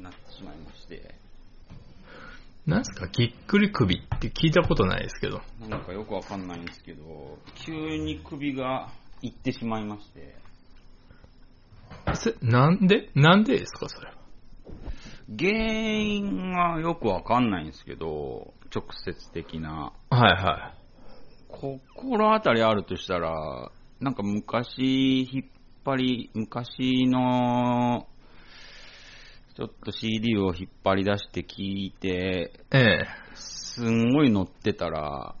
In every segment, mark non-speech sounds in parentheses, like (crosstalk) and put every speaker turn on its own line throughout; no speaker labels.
なってしまいまして、
なんすか、ぎっくり首って聞いたことないですけど。
なんかよくわかんないんですけど、急に首がいってしまいまして、
せなんでなんでですか、それは。
原因がよくわかんないんですけど、直接的な。
はいは
心当たりあるとしたら、なんか昔、引っ張り、昔の、ちょっと CD を引っ張り出して聞いて、
い。ええ。
すんごい乗ってたら、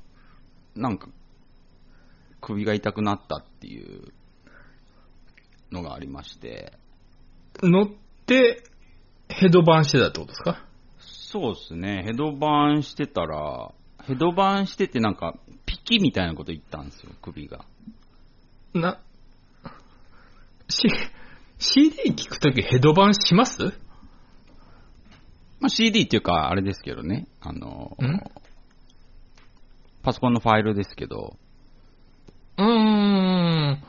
なんか、首が痛くなったっていうのがありまして、
乗って、ヘドバンしてたってことですか
そうですね、ヘドバンしてたら、ヘドバンしててなんか、ピキみたいなこと言ったんですよ、首が。
な、し、CD 聞くときヘドバンします
まあ、CD っていうか、あれですけどね、あの
ん、
パソコンのファイルですけど、
うーん。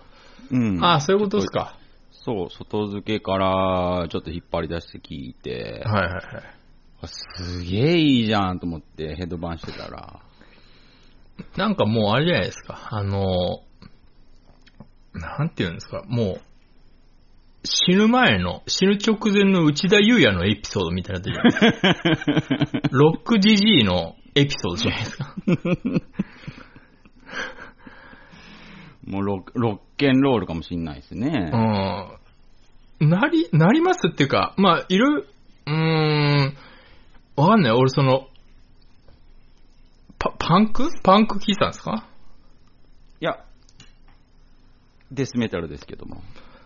うん。
ああ、そういうことですか。
そう、外付けからちょっと引っ張り出して聞いて、
はいはいはい。
あすげえいいじゃんと思ってヘドバンしてたら、
なんかもうあれじゃないですか。あの、なんていうんですか。もう、死ぬ前の、死ぬ直前の内田祐也のエピソードみたいになってるじゃないですか。ロック GG のエピソードじゃないですか。
もうロッロッケンロールかもしんないですね。
うん。なり、なりますっていうか、まあ、いろいろ、うーん、わかんない。俺その、パ、パンクパンク聞いてたんですか
いや、デスメタルですけども。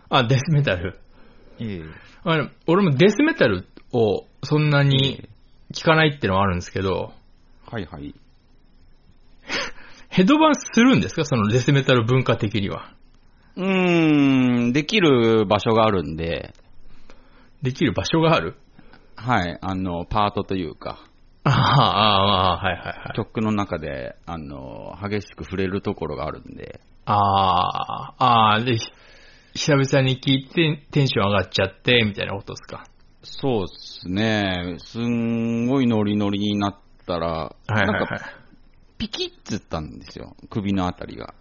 あ、デスメタル。
ええ。
あれ、俺もデスメタルをそんなに聞かないってのはあるんですけど、
はいはい。
ヘドバンするんですかそのデスメタル文化的には。
うーん、できる場所があるんで、
できる場所がある
はい、あの、パートというか、
ああ、ああ、はいはいはい。
曲の中で、あの、激しく触れるところがあるんで、
ああ、ああ、で、ひ久々に聞いてテンション上がっちゃって、みたいなことですか。
そうっすね、すんごいノリノリになったら、
はいはい
なん
はい
か、。ピキッつったんですよ、首のあたりが、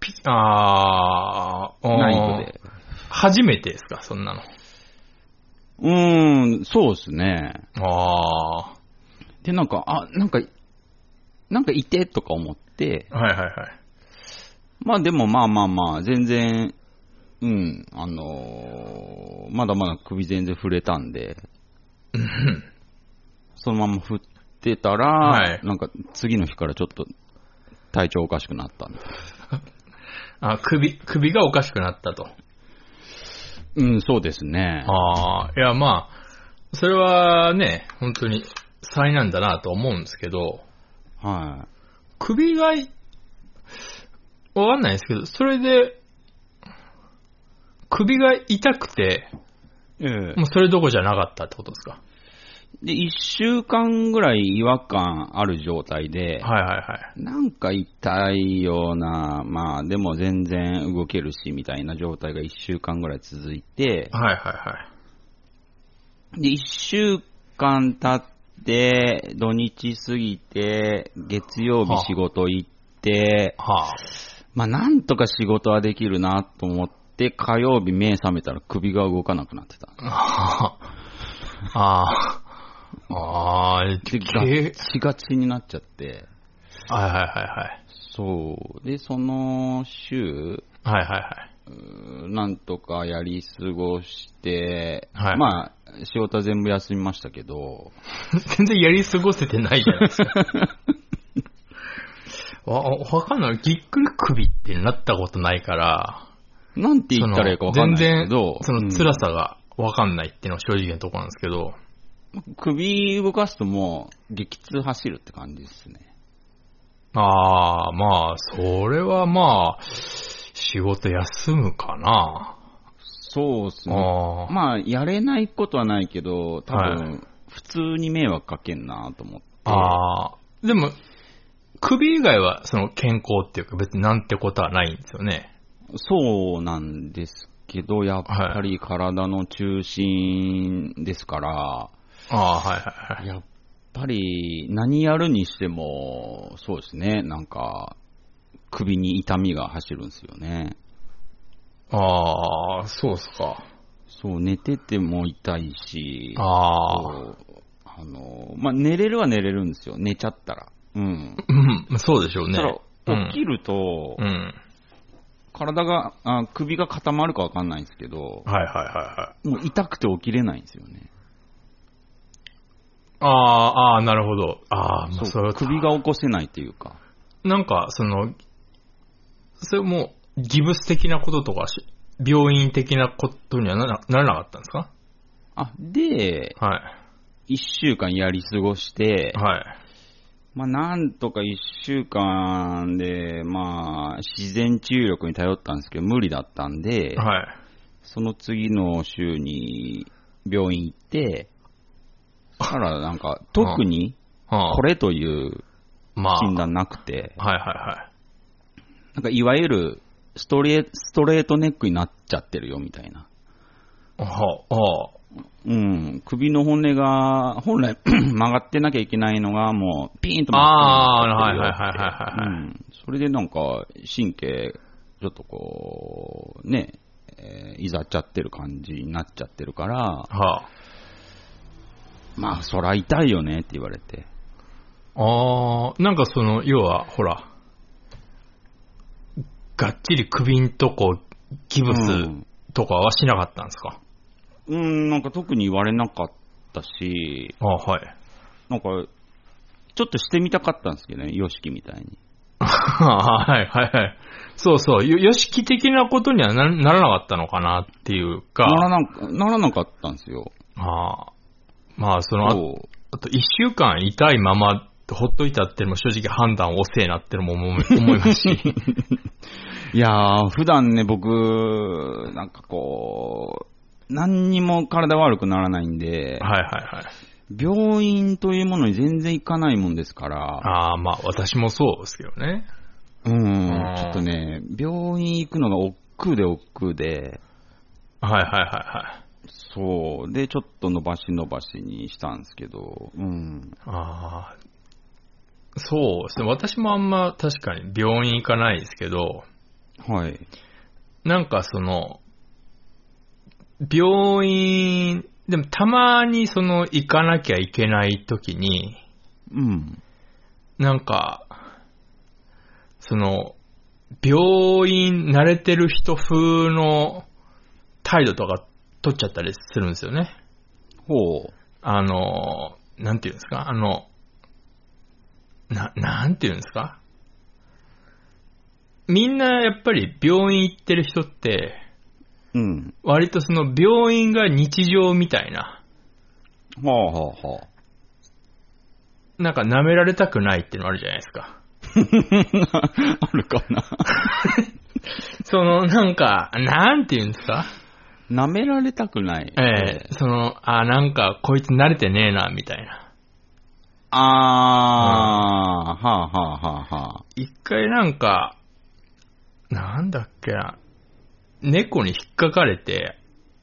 ピああ、うん
ナイフで。
初めてですかそんなの。
うーん、そうっすね。
ああ、
で、なんか、あ、なんか、なんかいてとか思って、
はいはいはい。
まあでもまあまあまあ、全然、うん、あのーまだまだ首全然触れたんで、そのまま振ってたら、
はい
なんか次の日からちょっと体調おかしくなったんで。
あ首、首がおかしくなったと。
うん、そうですね。
ああ、いや、まあ、それはね、本当に災難だなと思うんですけど、
は
首がい、わかんないですけど、それで、首が痛くて、
い。ええ
もうそれどころじゃなかったってことですか。
で、一週間ぐらい違和感ある状態で、
はいはいはい。
なんか痛いような、まあでも全然動けるしみたいな状態が一週間ぐらい続いて、
はいはいはい。
で、一週間経って、土日過ぎて、月曜日仕事行って、
はあ。
まあなんとか仕事はできるなと思って、火曜日目覚めたら首が動かなくなってた。
あ (laughs) あ。ああ、
で、
け
ガッチガチになっちゃって、
はいはいはい
そう。で、その週、
はい。はいはいはい。
うーなんとかやり過ごして、
はい
まあ、仕事は全部休みましたけど、
(laughs) 全然やり過ごせてないじゃないですか。
(laughs)
わ、わかんない。ぎっくり首ってなったことないから、
なんて言ったらいいかわかんないですけど、
その全然、そ
うん
の辛さがわかんないっていうのが正直なところなんですけど、
首動かすともう、激痛走るって感じですね。
ああ、まあ、それはまあ、仕事休むかな。
そうですね。
ああ
まあ、やれないことはないけど、多分、
は
普通に迷惑かけんなと思って。
ああ、でも、首以外はその健康っていうか別になんてことはないんですよね。
そうなんですけど、やっぱり体の中心ですから、
ああ、はいはいはい。
やっぱり何やるにしても、そうですね、なんか、首に痛みが走るんですよね。
ああ、そうっすか。
そう、寝てても痛いし、
ああ、
そうあの、まあ、寝れるは寝れるんですよ、寝ちゃったら。うん。
うん、そうでしょうね
た。
うん
だ、起きると、
うん。
体があ、首が固まるかわかんないんですけど、
はいはいはいはい。
もう痛くて起きれないんですよね。
ああ、ああ、なるほど。ああ、まあ、それ
そう
は、
首が起こせないというか。
なんか、その、それも、ギブス的なこととかし、病院的なことにはならならなかったんですか
あ、で、
は
一週間やり過ごして
い。、はい。
まあ、なんとか一週間で、まあ、自然治癒力に頼ったんですけど、無理だったんで、
はい。
その次の週に病院行って、そしたらなんか、特に
はあ、
これという
まあ、
診断なくて、
はいは
なんかいわゆるストレストレートネックになっちゃってるよみたいな。
いはい。はあ、は
うん、首の骨が、本来 (clears throat) 曲がってなきゃいけないのが、もう、ピーンと
あ。
曲がって
ああ、はいはい
なきゃ
はいはいはい。
うん、それでなんか、神経、ちょっとこう、ね、えーいざっちゃってる感じになっちゃってるから、
はあ。
まあ、そら痛いよねって言われて。
ああ、なんかその、要は、ほら、がっちり首んとこ、ギブス
うん
とかはしなかったんですか、
うん、なんか特に言われなかったし、
ああ、はい。 (laughs)
なんか、ちょっとしてみたかったんですけどね、ヨシキみたいに。
はいはいはい。そうそう、よ、よしき的なことにはなならなかったのかなっていう
なら
か、
なかならなかったんですよ。
ああまあ、その、あ
そう
あと一週間痛いまま、ほっといたってのも正直判断遅えなってのも思い思います (laughs) し。
(laughs) いやー、普段ね、僕、なんかこう、何にも体悪くならないんで、
はいはいはい。
病院というものに全然行かないもんですから、
ああ、まあ私もそうですけどね。
うん
あ、ー
ちょっとね、病院行くのが億劫で億劫で、
はいはいはいはい。
そう、で、ちょっと伸ばし伸ばしにしたんですけど、うん、
ああ、そうですね。私もあんま確かに病院行かないですけど、
はい。
なんかその、病院、でもたまにその行かなきゃいけない時に、
うん。
なんか、その、病院慣れてる人風の態度とか取っちゃったりするんですよね。
ほう。
あの、なんていうんですかあの、な、なんていうんですかみんなやっぱり病院行ってる人って、
うん。
割とその病院が日常みたいな、
はあはあ
(laughs)
は
なんか舐められたくないっていうのあるじゃないですか。
あ。あるかな。
その、なんか、なんていうんですか
舐められたくない。
ええその、あ、なんか、こいつ慣れてねえな、みたいな。
あー、はあはあはあはあ。
一回なんか、なんだっけな、猫に引っかかれて、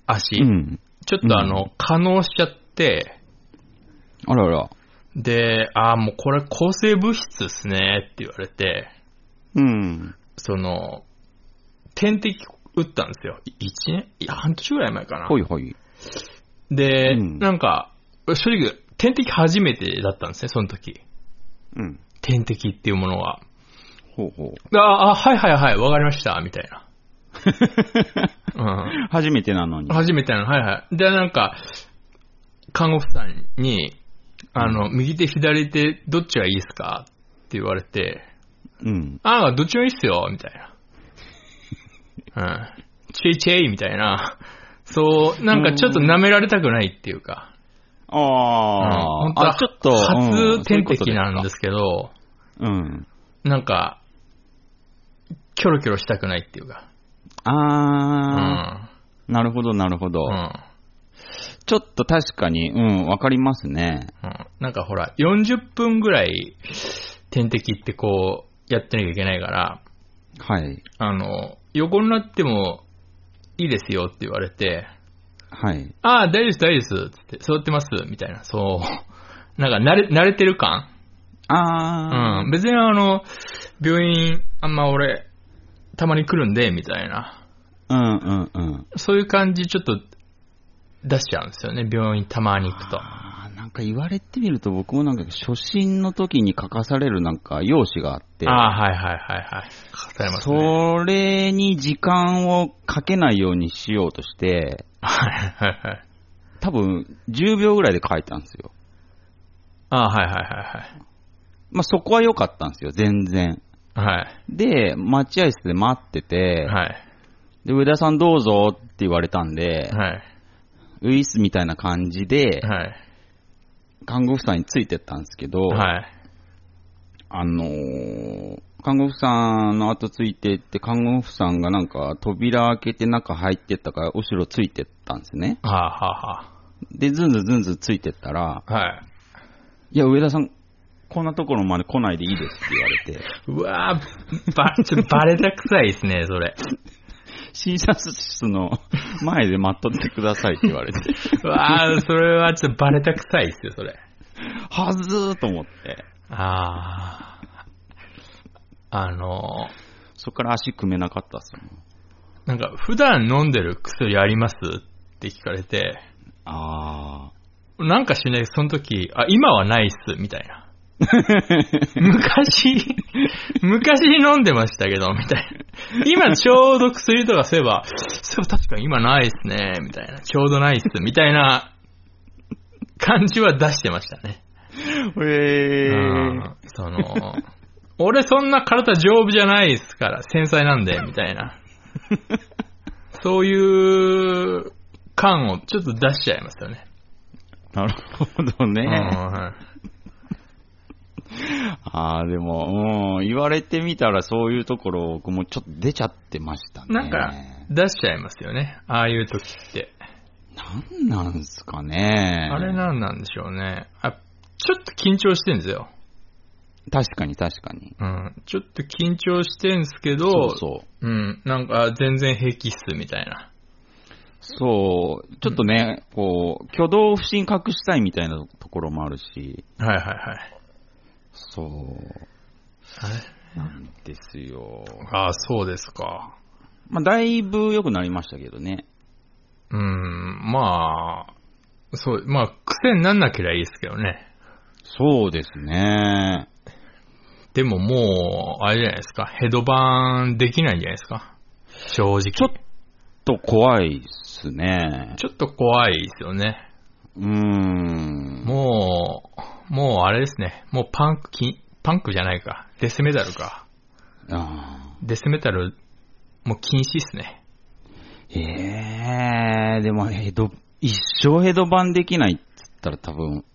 足、
うん。
ちょっとあの、可能しちゃって、
あらあら。
で、あーもうこれ抗生物質っすねって言われて、
うん。
その、点滴打ったんですよ。い一年いや、半年ぐらい前かな。
ほいほい。
で、
うん
なんか、正直、点滴初めてだったんですね、その時。
うん。
点滴っていうものは。
ほうほう。 (laughs)
ああ、はいはいはい、わかりました、みたいな。うん。
初めてなのに。
初めてなの、はいはい。で、なんか、看護婦さんに、あの、右手左手どっちがいいですかって言われて、
うん。
ああ、どっちもいいっすよ、みたい
(laughs)
な。うん。チェイチェイみたいな。そう、なんかちょっと舐められたくないっていうか。うん
あ
本
ー
当は
あ、ちょっと、う
初
んそうい
点
うこと
滴なんですすけど、
か。うん。
なんか、キョロキョロしたくないっていうか。う
あ
ん。
ー、なるほど、なるほど
う。ん。
ちょっと確かに、うん、わかりますね。
うんなんかほら、40分ぐらい点滴ってこう、やってなきゃいけないから、
はい。
あの、横になってもいいですよって言われて、
はい。
ああ、大丈夫です、大丈夫です、つって、座ってます、みたいな、そう。 (laughs) なんか慣れ、慣れてる感
あ
うん。別にあの、病院、あんま俺、たまに来るんで、みたいな。
ー、うん、うん、うん。
そういう感じ、ちょっと、出しちゃうんですよね、病院たまに行くと。
あーなんか言われてみると僕もなんか初心の時に書かされるなんか用紙があって、
ああ、はいはいはいはい。書かされますね。
それに時間をかけないようにしようとして、
はいはいはい。
多分10秒ぐらいで書いたんですよ。
ああ、はいはいはい
まあそこは良かったんですよ、全然。
はい。
で、待合室で待ってて、
はい。はい。
で、上田さんどうぞって言われたんで、
はい。
ウィスみたいな感じで、
はい。
看護婦さんについてったんですけど、
はい。
あのー看護婦さんの後ついてって、看護婦さんがなんか扉開けて中入ってったから、後ろついてったんですね。
ああ、はあ、は
で、ずんずんずんずんついてったら、
あ。はい。
いや、上田さん、こんなところまで来ないでいいですって言われて、
うわーば、ちょっとバレたくさいですね、それ。
(laughs) 診察室の前で待っとってくださいって言われ (laughs) て、
うわーそれはちょっとバレたくさいですよ、それ。
はずーと思って、
ああ。あの
そこから足組めなかったっすもん。
ー、なんか、普段飲んでる薬ありますって聞かれて、
あ
なんかしない、その時、あ、今はないっす、みたいな。昔、 (laughs) 昔飲んでましたけど、みたいな。今ちょうど薬とかそういえば、そういえば確かに今ないっすね、みたいな。ちょうどないっす、みたいな感じは出してましたね。
ー。 (laughs) へ
うんその、 (laughs) 俺そんな体丈夫じゃないですから、繊細なん (laughs) で、みたいな。そういう感をちょっと出しちゃいますよね。
なるほどね。
うん
ああ、でも、うん、言われてみたらそういうところ、僕もちょっと出ちゃってましたね。
なんか、出しちゃいますよね。ああいう時って。
なんなんすかね。
あれなんなんでしょうね。あ、ちょっと緊張してんですよ。
確かに確かに。
うん。ちょっと緊張してんすけど、
そうそう。
うん。なんか、あ全然平気っす、みたいな。
そう、ちょっとね、こう、挙動不審隠したいみたいなところもあるし、
はいはいはい。
そう、
あれ
なんですよ。
ああ、そうですか。
まあ、だいぶ良くなりましたけどね。
うん、まあ、そう、まあ、癖になんなければいいですけどね。
そうですね。
でももう、あれじゃないですか、ヘドバンできないんじゃないですか。正直。ち
ょっと怖いっすね。
ちょっと怖いですよね。
うーん。
もう、もうあれですね。もうパンク、きパンクじゃないか。デスメタルか。
あー
デスメタル、もう禁止ですね。
ええでもヘド、一生ヘドバンできないって言ったら多分、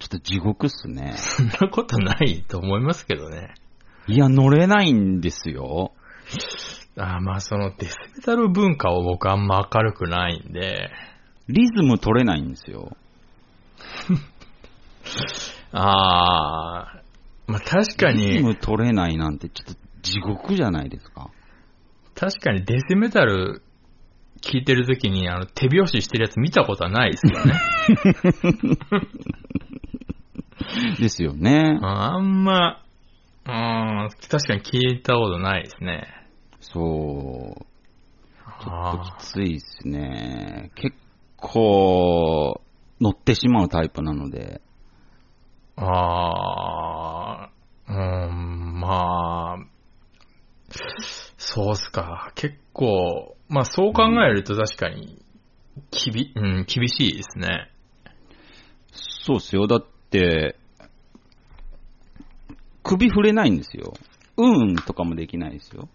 ちょっと地獄っすね。
そんなことないと思いますけどね。
いや、乗れないんですよ。
あーまあ、そのデスメタル文化を僕あんま明るくないんで、
リズム取れないんですよ。
ああ、まあ確か
リズ
に、
ム取れないなんてちょっと地獄じゃないですか。
確かにデスメタル聞いてるときにあの手拍子してるやつ見たことはないですよね。 (laughs)
ですよね。
あんま、うん、確かに聞いたことないですね。
そう。
あ
きついっすね。結構、乗ってしまうタイプなので。
ーあー、うん、まあ、そうっすか。結構、まあそう考えると確かに、きび、うん、厳しいですね。
そうっすよ。だって、首触れないんですよ。うんとかもできないですよ。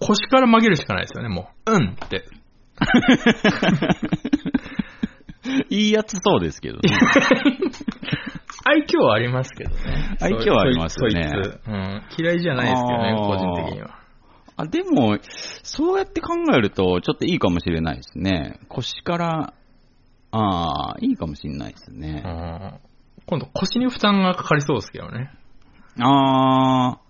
腰から曲げるしかないですよね、もう。うんって。
いいやつそうですけどね。
愛嬌はありますけどね。
愛嬌はありますよね
そいそいつうん。嫌いじゃないですけどね、
あー
個人的には。
(laughs) あでも、そうやって考えると、ちょっといいかもしれないですね。腰から、ああ、いいかもしれないです
う
ね。
ん今度腰に負担がかかりそうですけどね。
ああ。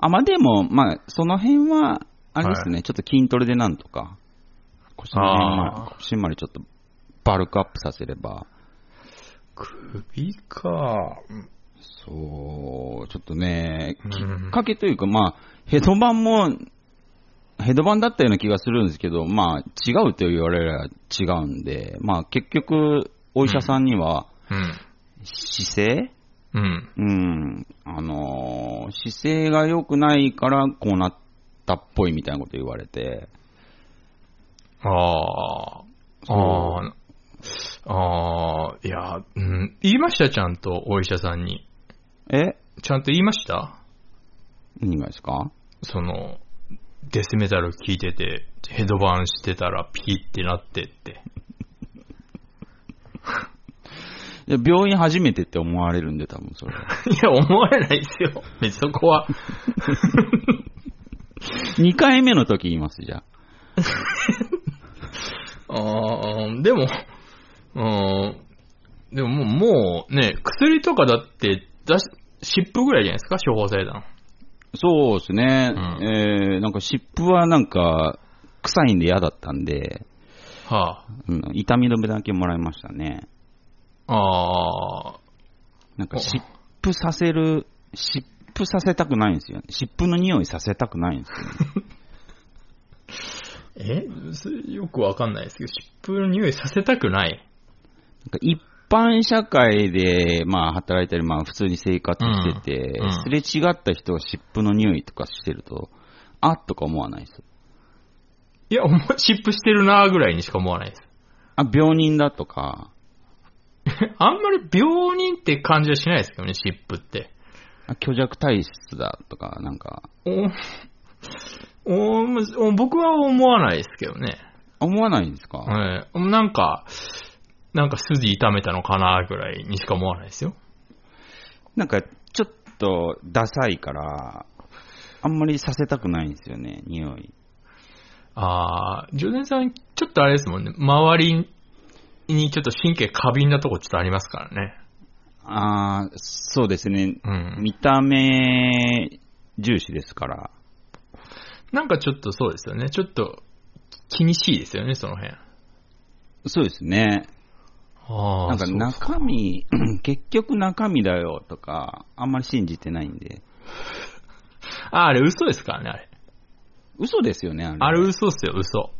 あ、まあでも、まあ、その辺は、あれですね、ちょっと筋トレでなんとか。腰回
あ
り、腰回りちょっとバルクアップさせれば、
首か。
そう、ちょっとね、
うん
きっかけというか、まあ、ヘドバンも、ヘドバンだったような気がするんですけど、まあ、違うと言われれば違うんで、まあ、結局、お医者さんには、
うん。
姿勢
うん。
うん、あのー姿勢が良くないからこうなったっぽいみたいなこと言われて、
ああ。ああ。ああ、いや、うん。言いました、ちゃんと、お医者さんに。
え
ちゃんと言いました
何がですか
その、デスメタル聞いてて、ヘドバンしてたらピーってなってって。 (laughs)
いや病院初めてって思われるんで、多分そ
(laughs)
れ。
いや、思われないですよ。別にそこは。
2回目の時言います、じゃあ。
あーでも、 (laughs) うん、でももう、もうね、薬とかだって出し、湿布ぐらいじゃないですか、処方されたの。
そうですね、
うん
えー、なんか湿布はなんか、臭いんで嫌だったんで、
は
うん、痛み止めだけもらいましたね。
あ。ああ、
なんか
お
湿布させる、湿布させたくないんですよね。湿布の匂いさせたくないんですよね。
えそれよくわかんないですけど、湿布の匂いさせたくない。
なんか一般社会で、まあ、働いたり、まあ、普通に生活してて、
うんうん
すれ違った人が湿布の匂いとかしてると、あっとか思わないです。
いや、お前湿布してるなーぐらいにしか思わないです。
あ、病人だとか、
(laughs) あんまり病人って感じはしないですけどね、湿布って。
あ虚弱体質だとか、なんか、
おおお僕は思わないですけどね。
思わないんですか、
ええなんか、なんか筋痛めたのかなぐらいにしか思わないですよ。
なんか、ちょっと、ダサいから、あんまりさせたくないんですよね、匂い。
ああ、ジョゼンさん、ちょっとあれですもんね。周りにちょっと神経過敏なとこちょっとありますからね。
あー、そうですね。
うん。
見た目重視ですから。
なんかちょっとそうですよね。ちょっと気にしいですよね、その辺。
そうですね。
ああ、
なんか
そうです
中身、 (clears throat) 結局中身だよとか、あんまり信じてないんで。
あー、あれ嘘ですからね、あれ。
嘘ですよね、あれ。
あれ嘘っすよ、嘘。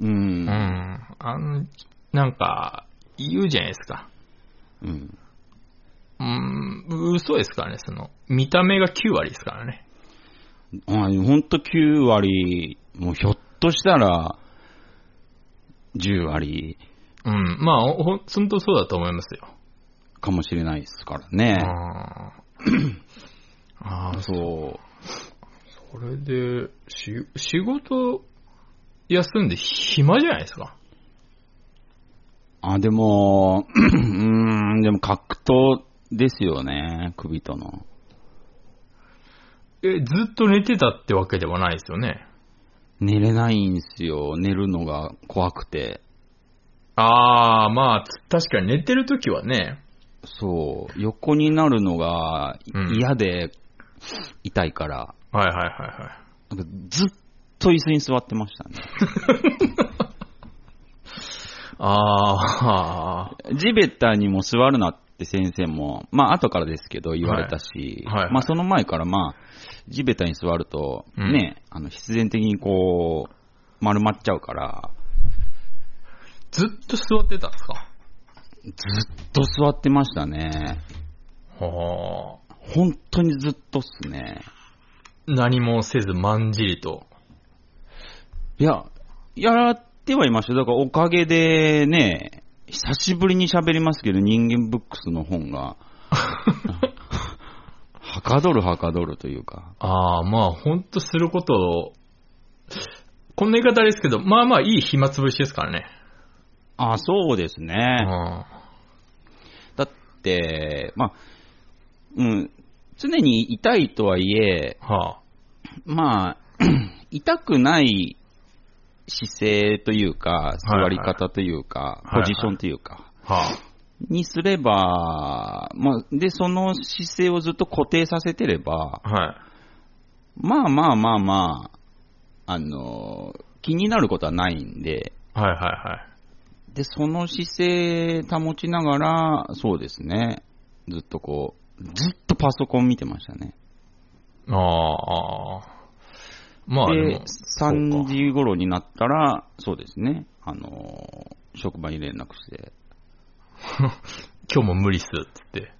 う
うんん。。あの、なんか、言うじゃないですか。
うん。
うん、嘘ですからね、その、見た目が9割ですからね。
あほんと9割、もうひょっとしたら、10割
うん。まあ、ほんほんとそうだと思いますよ。
かもしれないですから
う
ね。
んああ、
そう。
それで、し、仕事休んで暇じゃないですか。
あ、でも、 (clears throat) うーん、でも格闘ですよね、首との。
え、ずっと寝てたってわけではないですよね。
寝れないんすよ、寝るのが怖くて。
ああ、まあ、つ確かに寝てるときはね。
そう、横になるのが
うん
嫌で、痛いから、
はいはいはいはい。
なんかずっと椅子に座ってましたね。
ああ、
地べたにも座るなって先生も、まあ後からですけど言われたし、
はいはいはい
まあその前からまあ、地べたに座ると、
うん
ね、あの必然的にこう、丸まっちゃうから、
ずっと座ってたんですか。
ずっと座ってましたね。
はあ。
本当にずっとっすね。
何もせずまんじりと。
いや、やってはいましたよ。だからおかげでね、久しぶりに喋りますけど、人間ブックスの本
(laughs)
が、はかどるはかどるというか。
ああ、まあ、ほんとすることを、こんな言い方あれですけど、まあまあ、いい暇つぶしですからね。
あ、そうです
う
ね。
ん。
だって、まあ、うん、常に痛いとはいえ、
はあ。
まあ、 (clears throat) 痛くない姿勢というか、座り方というか、
はいは
ポ
い
ジションというか、
は
にすれば、まあ、で、その姿勢をずっと固定させてれば
あ。、はい。
まあまあまあまあ、あの、気になることはないんで、
はいは
で、その姿勢保ちながら、そうですね。ずっとこう、ずっとパソコン見てましたね。
いはい。ああ。まあで
で
も、、
3時頃になったら、そうですね。あのー、職場に連絡して、
今日も無理っすっつって。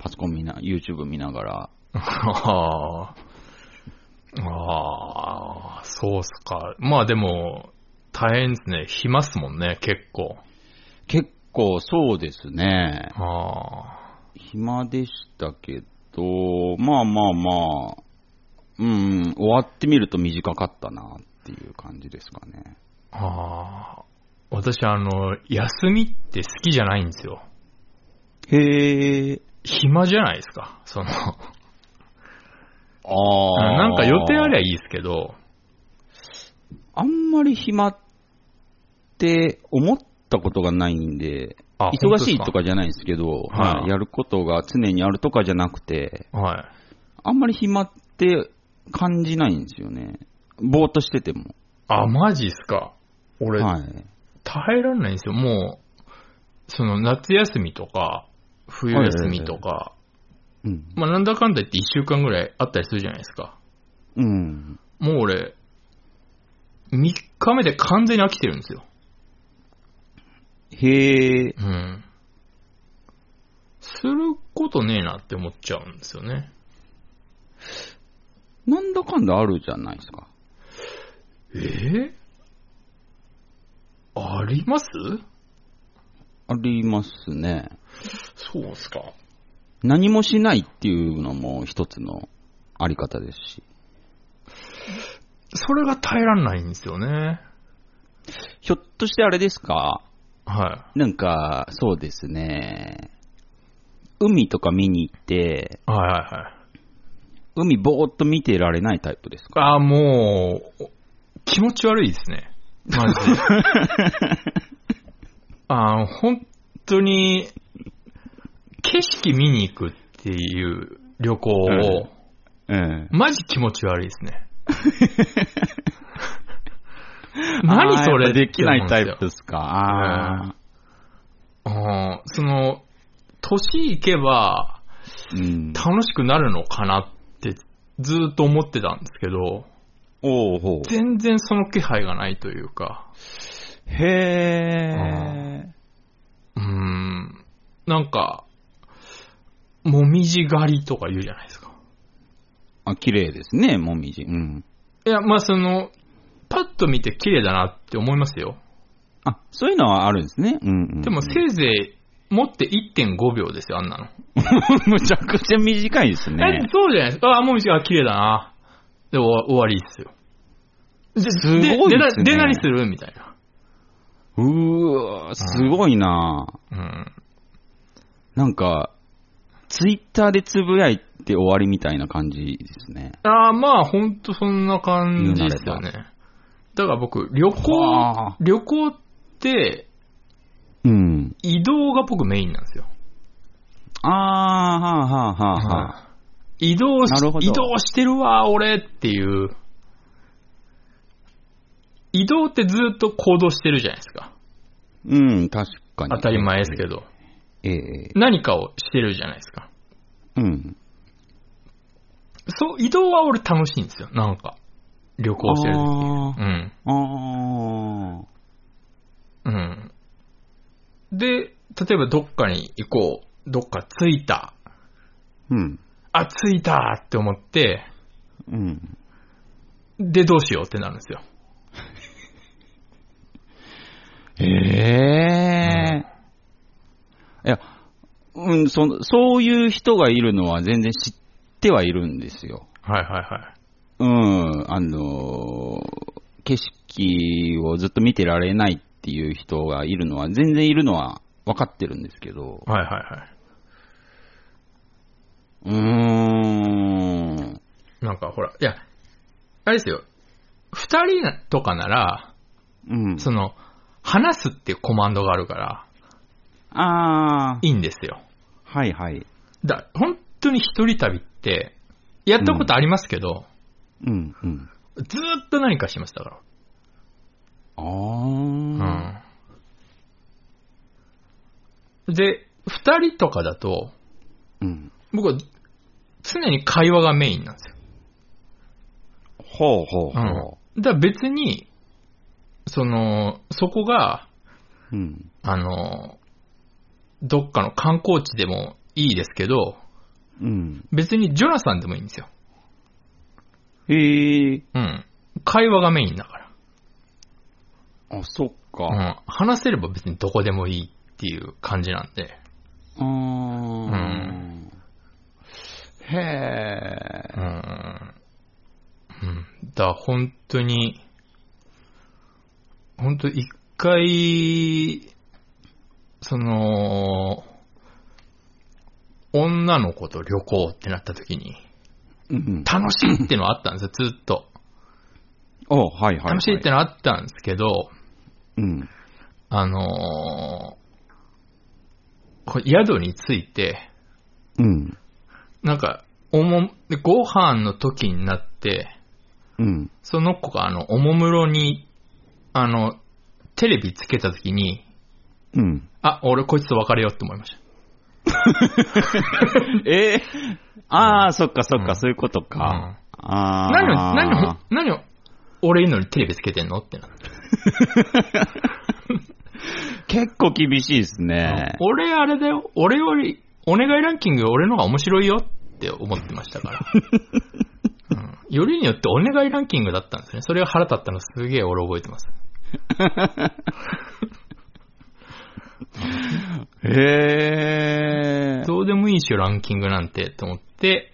パソコン見な、YouTube 見ながら、
ああ。ああ、そうっすか。まあでも、大変ですね。暇っすもんね、結構。
結構そうですね。
ああ。
暇でしたけど、まあまあまあ、うん、終わってみると短かったなっていう感じですかね。
ああ。私、あの、休みって好きじゃないんですよ。
へえ。
暇じゃないですか。その、
ああ。
なんか予定ありゃいいですけど、
あんまり暇って思ったことがないんで、忙
あ
しいと。
本当です
かじゃないんですけど、
はい
はいやることが常にあるとかじゃなくて、
はい。
あんまり暇って感じないんですよね。ぼーっとしてても。
あ、マジっすか。俺、
はい。
耐えられないんですよ。もう、その夏休みとか、冬休みとか、
うん。
まあなんだかんだ言って一週間ぐらいあったりするじゃないですか。
うん。
もう俺、3日目で完全に飽きてるんですよ。
へえ。
うん。することねえなって思っちゃうんですよね。
なんだかんだあるじゃないですか。
ええあります
ありますね。
そうっすか。
何もしないっていうのも一つのあり方ですし。
それが耐えらんないんですよね。
ひょっとしてあれですか
は
なんか、そうですね。海とか見に行って、
い。はいはいはい。
海ぼーっと見てられないタイプですか
あーもう、気持ち悪いですね。マジ
(laughs)
で。あー本当に、景色見に行くっていう旅行を、
うんうん。
マジ気持ち悪いで
(laughs)
すね。何それ
あーやっぱできないタイ
って思うん
プ
で
ですかあ
すようんその、年行けば
ーうん。
楽しくなるのかなってずーっと思ってたんですけど、
おうほう。
全然その気配がないというか。
へ
うーん。なんか、もみじ狩りとか言うじゃないですか。
ー。あ、綺麗ですね、もみじ。うん。
いや、まあ、その、パッと見て綺麗だなって思いますよ。
あ、そういうのはあるんですね。うんうん、うん。
でも、せいぜい持って1.5秒ですよ、あんなの。
(laughs) むちゃくちゃ短いです
え
ね。
そうじゃないですか。あ、もみじが綺麗だな。で、終わ終わりですよ。
すごいですね。
でで、で何するみたいな。
(laughs) うーわ、すごいな、
うん。
なんか、ツイッターでつぶやいて終わりみたいな感じですね。
あーまあ、ほんとそんな感じですよね。だから僕、旅行、
はあ
旅行って、
うん。
移動が僕メインなんですよ。
ああ、はあ、はあ、はあ、はあ。
移動し
なるほど
移動してるわ、俺っていう。移動ってずっと行動してるじゃないですか。
うん、確かに。
当たり前ですけど。
ええ
何かをしてるじゃないですか。
うん。
そう、移動は俺楽しいんですよ。なんか。旅行してる時。
あ
うん。
あ、ああ、
うん。で、例えばどっかに行こう。どっか着いた。
うん、
あ、着いたって思って、
うん。
で、どうしようってなるんですよ。
ええいや、うん、その、そういう人がいるのは全然知ってはいるんですよ。
はいはいはい。
うん、あのー景色をずっと見てられないっていう人がいるのは、全然いるのは分かってるんですけど、
はいはいは
うーん、
い。なんかほら、いや、あれですよ。二人とかなら、
うん。
その、話すっていうコマンドがあるから、
あー、
いいんですよ。
はいはい。
だ、本当に一人旅って、やったことありますけど、
うん、うん。
ずーっと何かしてましたから。
ああ、
うん。で、二人とかだと、
うん。
僕は常に会話がメインなんですよ。
ほうほう
うん
ほ。
だから別に、その、そこが、
う。うん。
あの、どっかの観光地でもいいですけど、
うん。
別にジョナサンでもいいんですよ。
へえ。
うん。会話がメインだか
あ、そっ
ら。
か。
うん。話せれば別にどこでもいいっていう感じなんで。
あん。へ
う
え。
ん。うん。だから本当に、本当一回、その、女の子と旅行ってなった時に、
うん。
楽しいってのはあったんですよ、ずっと。
あ、はいはい、はい。
楽しいってのはあったんですけど、
うん。
あのーこう宿に着いて、
うん。なん
なんか、おも、でご飯の時になって、
うん。
その子があの、おもむろに、あの、テレビつけた時に、
うん。
あ、俺こいつと別れようって思いました。
(laughs) ええああ、そっかそっか、
うん
そういうこと
う
か
ん。
ああ。
何を、何を、何を、俺いるのにテレビつけてんのってなって。
結構厳しいですね。
俺あれだよ、俺より、お願いランキング俺の方が面白いよって思ってまし
(laughs)
たから。うん、よりによってお願いランキングだったんですね。それが腹立ったのすげえ俺覚えてます。
へえ。
どうでもいいっしょ、ランキングなんて、と思って、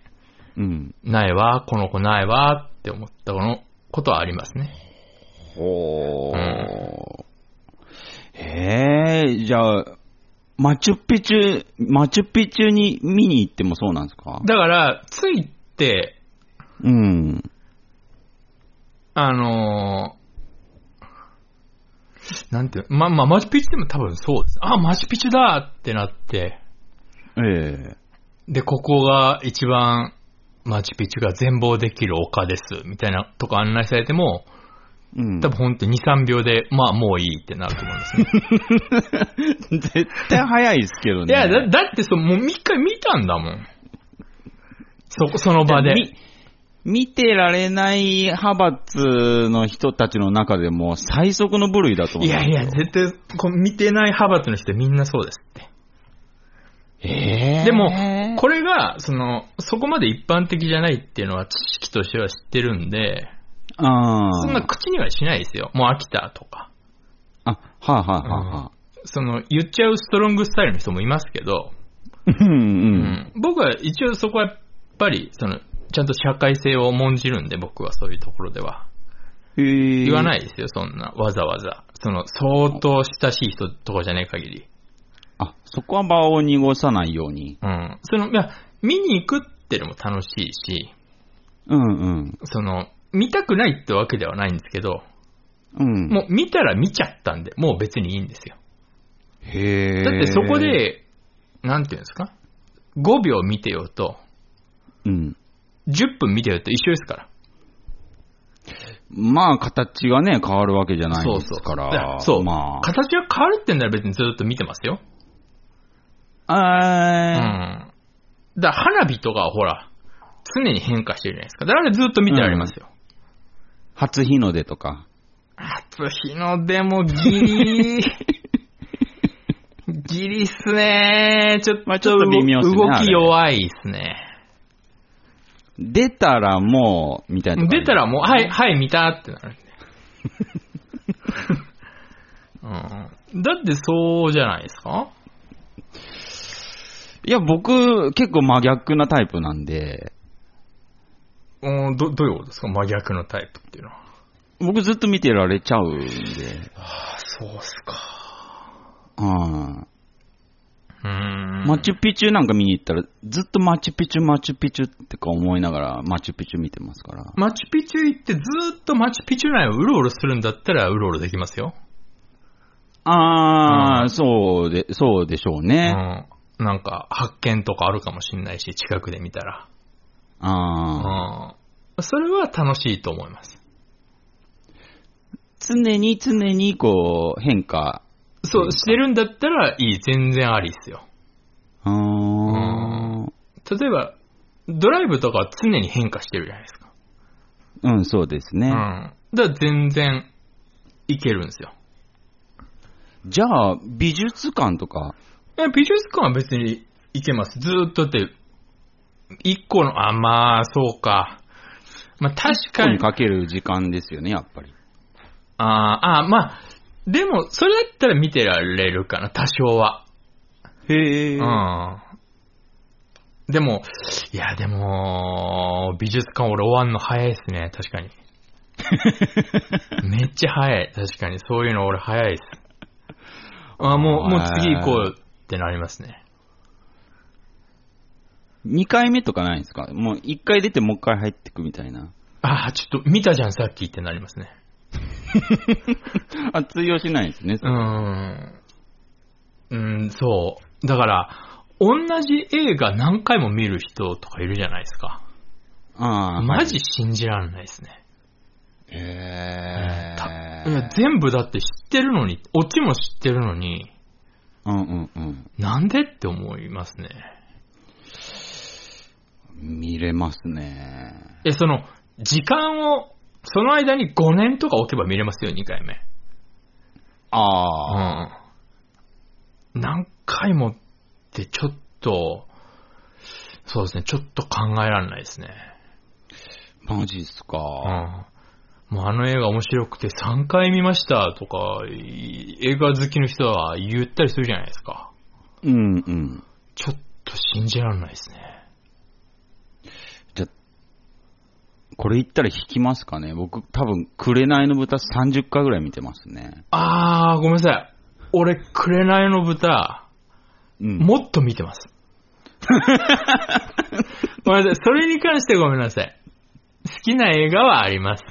うん。
ないわ、この子ないわ、って思ったこのことはありますね。
ほー。
う
へえ、じゃあ、マチュピチュ、マチュピチュに見に行ってもそうなんですか
だから、ついて、
うん。
あのーなんていうの、ま、まあ、マチュピチュでも多分そうです。あ、マチュピチュだってなって、
ええ
で、ここが一番、マチュピチュが全貌できる丘です、みたいなとこ案内されても、
うん。
多分本当に2、3秒で、まあ、もういいってなると思うんですね。
(laughs) 絶対早いですけど
い
ね。
や、だ、だってそ、もう一回見たんだもん。そこ、その場で。
み見てられない派閥の人たちの中でも最速の部類だと思う。
いやいや、絶対、こう見てない派閥の人みんなそうですって。
ええ
でも、これが、その、そこまで一般的じゃないっていうのは知識としては知ってるんで、
あ
そんな口にはしないですよ。もう飽きたとか。
あ、はあはあはあはあ。
その、言っちゃうストロングスタイルの人もいますけど、
うん
う
うん。
ん僕は一応そこはやっぱり、その、ちゃんと社会性を重んじるんで、僕はそういうところでは。言
言。
わないいですよ、そんな。わざわざ。その、相当親しい人とかじゃない限り。
あ、そこは場を濁さないように。
うん。その、いや、見に行くってのも楽しいし、
うんうん。
その、見たくないってわけではないんですけど、
うん。
もう見たら見ちゃったんで、もう別にいいんですよ。
へえ。
だってそこ、で、なんていうんですか ?5 秒見てようと、
うん。
10分見てようと一緒ですか
まあ、形がね、変わるわけじゃ
ら。
ない
そう
で
そう
す。
だ
か
から
ら。
そう。
ま
形が変わるってんなら別にずっと見てますよ。
あ。
うん。
あー
だから花火とかはほら、常に変化してるじゃないですか。だからあれずっと見てられますよ。
初日の出とか。
初日の出もギ
(laughs)
リ、ギリっすねちょっと,、
まあちょっと微妙っすね
動
あ
き
れ
弱いっすね。
出たらもう、みたいな。
出たらもう、はい、はい、見たってな (laughs) るんで、うん。だってそうじゃないですか
いや、僕、結構真逆なタイプなんで、
うん、ど、どういうことですか真逆のタイプっていうのは。
僕ずっと見てられちゃうんで、
あ、そうっすか。
うん。
うん。
マチュピチュなんか見に行ったら、ずっとマチュピチュ、マチュピチュってか思いながら、マチュピチュ見てますから。
マチュピチュ行ってずーっとマチュピチュ内をうろうろするんだったらうろうろできますよ。
あー、
うん
そうで、そうでしょうね。
うん。なんか発見とかあるかもしんないし、近くで見たら。う
あー。
ん。それは楽しいと思います。
常に常にこう、変化。
そう、してるんだったらいい、全然ありっすよ。
うーん。
例えば、ドライブとかは常に変化してるじゃないですか。
うん、そうです
う
ね。
ん。だから全然いけるんですよ。
じゃあ、美術館とか、
え美術館は別にいけます。ずーっとだって、一個の、あ、まあ、そうか。まあ確
こ
か
こに
に。
かける時間ですよね、やっぱり。
あーあー、まあ、でも、それだったら見てられるかな、多少は。
へ
うん。でも、いや、でも、美術館俺終わんの早いっすね、確か (laughs) に。めっちゃ早い、確かに。そういうの俺早いっす。あーもう、もう次行こうってなりますね。
2回目とかないんですかもう1回出てもう1回入ってくみたいな。
ああ、ちょっと見たじゃん、さっきってなりますね。
(laughs) あ、通用しないですね。
うーん。うん、そう。だから、同じ映画何回も見る人とかいるじゃないですか。
ああ。
マジ信じられないですね。
へ
たいや
え。
全部だって知ってるのに、オチも知ってるのに、
うんうんうん。
なんでって思いますね。
見れますね。
え、その、時間を、その間に5年とか置けば見れますよ、2回目。う
ああ。
ん。何回もってちょっと、そうですね、ちょっと考えられないですね。
マジっす
う
か。
ん。もうあの映画面白くて3回見ましたとか、い映画好きの人は言ったりするじゃないですか。
うんうん。
ちょっと信じられないですね。
じゃ、これ言ったら引きますかね。僕多分、紅の豚30回ぐらい見てますね。
あー、ごめんなさい。俺、紅の豚、
うん。
もっと見てます。ごめんなさい。それに関してごめんなさい。好きな映画はあ
(laughs)
ります。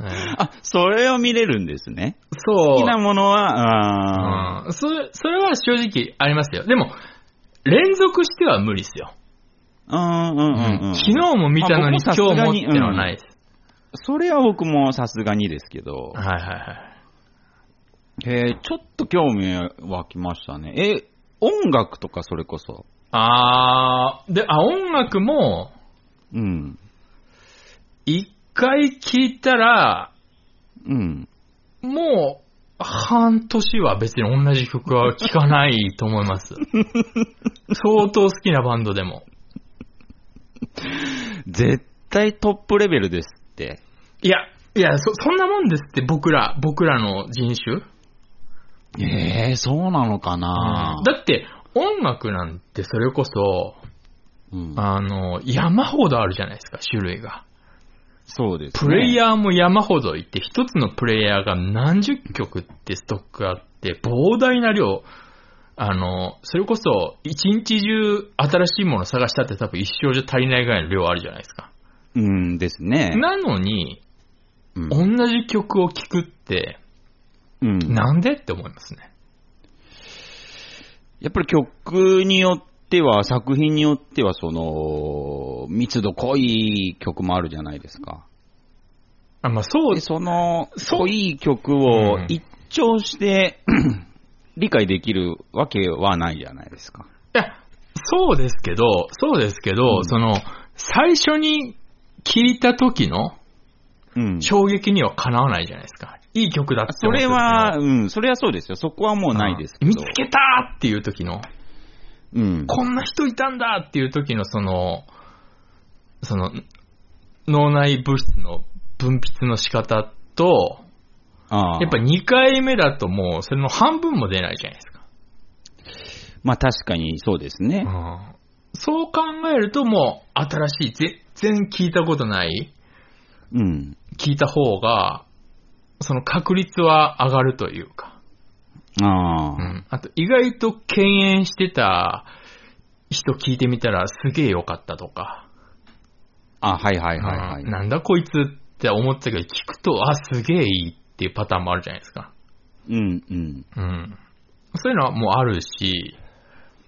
はい
あ、それを見れるんですね。
そう。
好きなものは、ああ。
うん。それ、それは正直ありますよ。でも、連続しては無理ですよ。
うんうんうんうん。
昨日も見たのに
ま
今
あ僕もさ
日
すが
もっ
に
てのはないです。
それは僕もさすがにですけど、
はいはいはい。
えーちょっと興味湧きましたね。え、音楽とかそれこそ。
あー、で、あ、音楽も、
うん。
一回聴いたら、
うん。
もう、半年は別に同じ曲は聴かないと思い (laughs) ます。相当好きなバンドでも。
絶対トップレベルですって。
いや、いや、そ、そんなもんですって、僕ら、僕らの人種。
えー、そうなのかな
だって、音楽なんてそれこそ、
うん、
あの、山ほどあるじゃないですか、種類が。
そうです、ね。
プレイ
ヤ
ヤーも山ほどいて、一つのプレイヤーが何十曲ってストックあって、膨大な量、あの、それこそ、一日中新しいもの探したって多分一生じゃ足りないぐらいの量あるじゃないですか。
ー。うんですね。
なのに、
うん
同じ曲を聴くって、
うん、
なんでって思いますね。
やっぱり曲によっては、作品によっては、その、密度濃い曲もあるじゃないですか。
あ、まあそう
で、その、
そう
濃い曲を
うん
一聴 (clears throat) して、理解できるわけはないじゃないですか。
いや、そうですけど、そうですけど、
うん
その、最初に聞いた時の
うん。
衝撃にはかなわないじゃないですか。いい曲だって
そ
思って
れ
る時の
は、、うん、それはそうですよ。そこはもうないですけど。
見つけたっていう時の、
うん。
こんな人いたんだっていう時のその、その、脳内物質の分泌の仕方と、
ああ
やっぱ2回目だともう、それの半分も出ないじゃないですか。
まあ確かにそうですね。
うんそう考えるともう、新しい、全然聞いたことない
うん。
聞いた方が、その確率は上がるというか。
あ
う
あ。
ん。あと、意外と敬遠してた人聞いてみたらすげえ良かったとか、
あ、はいはいはい
うん
はい。
なんだこいつって思ってたけど、聞くと、あ、すげえいいっていうパターンもあるじゃないですか。
うんうん。
うん。そういうのはもうあるし、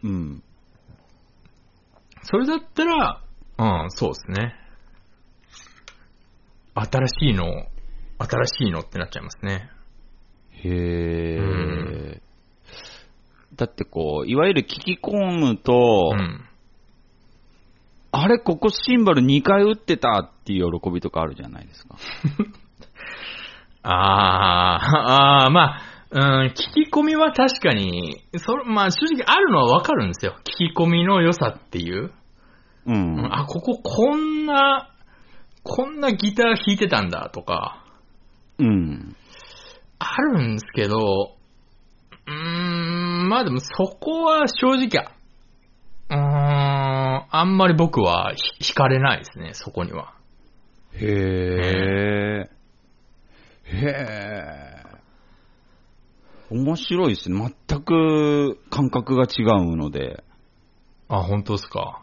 うん。
それだったら、うん、そうですね。新しいのを新しいのってなっちゃいますね。
へえ、
うん
だってこう、いわゆる聞き込むと、
うん。
あれ、ここシンバル2回打ってたっていう喜びとかあるじゃないですか。
あー、あー、まあ、うん、聞き込みは確かに、それ、まあ正直あるのはわかるんですよ。聞き込みの良さっていう。
うん。
あ、こここんな、こんなギター弾いてたんだとか、
うん。
あるんですけど、うーん、まあでもそこは正直、うーん、あんまり僕はひ惹かれないですね、そこには。
へえ。へえ。面白いですね。全く感覚が違うので、
あ、本当ですか。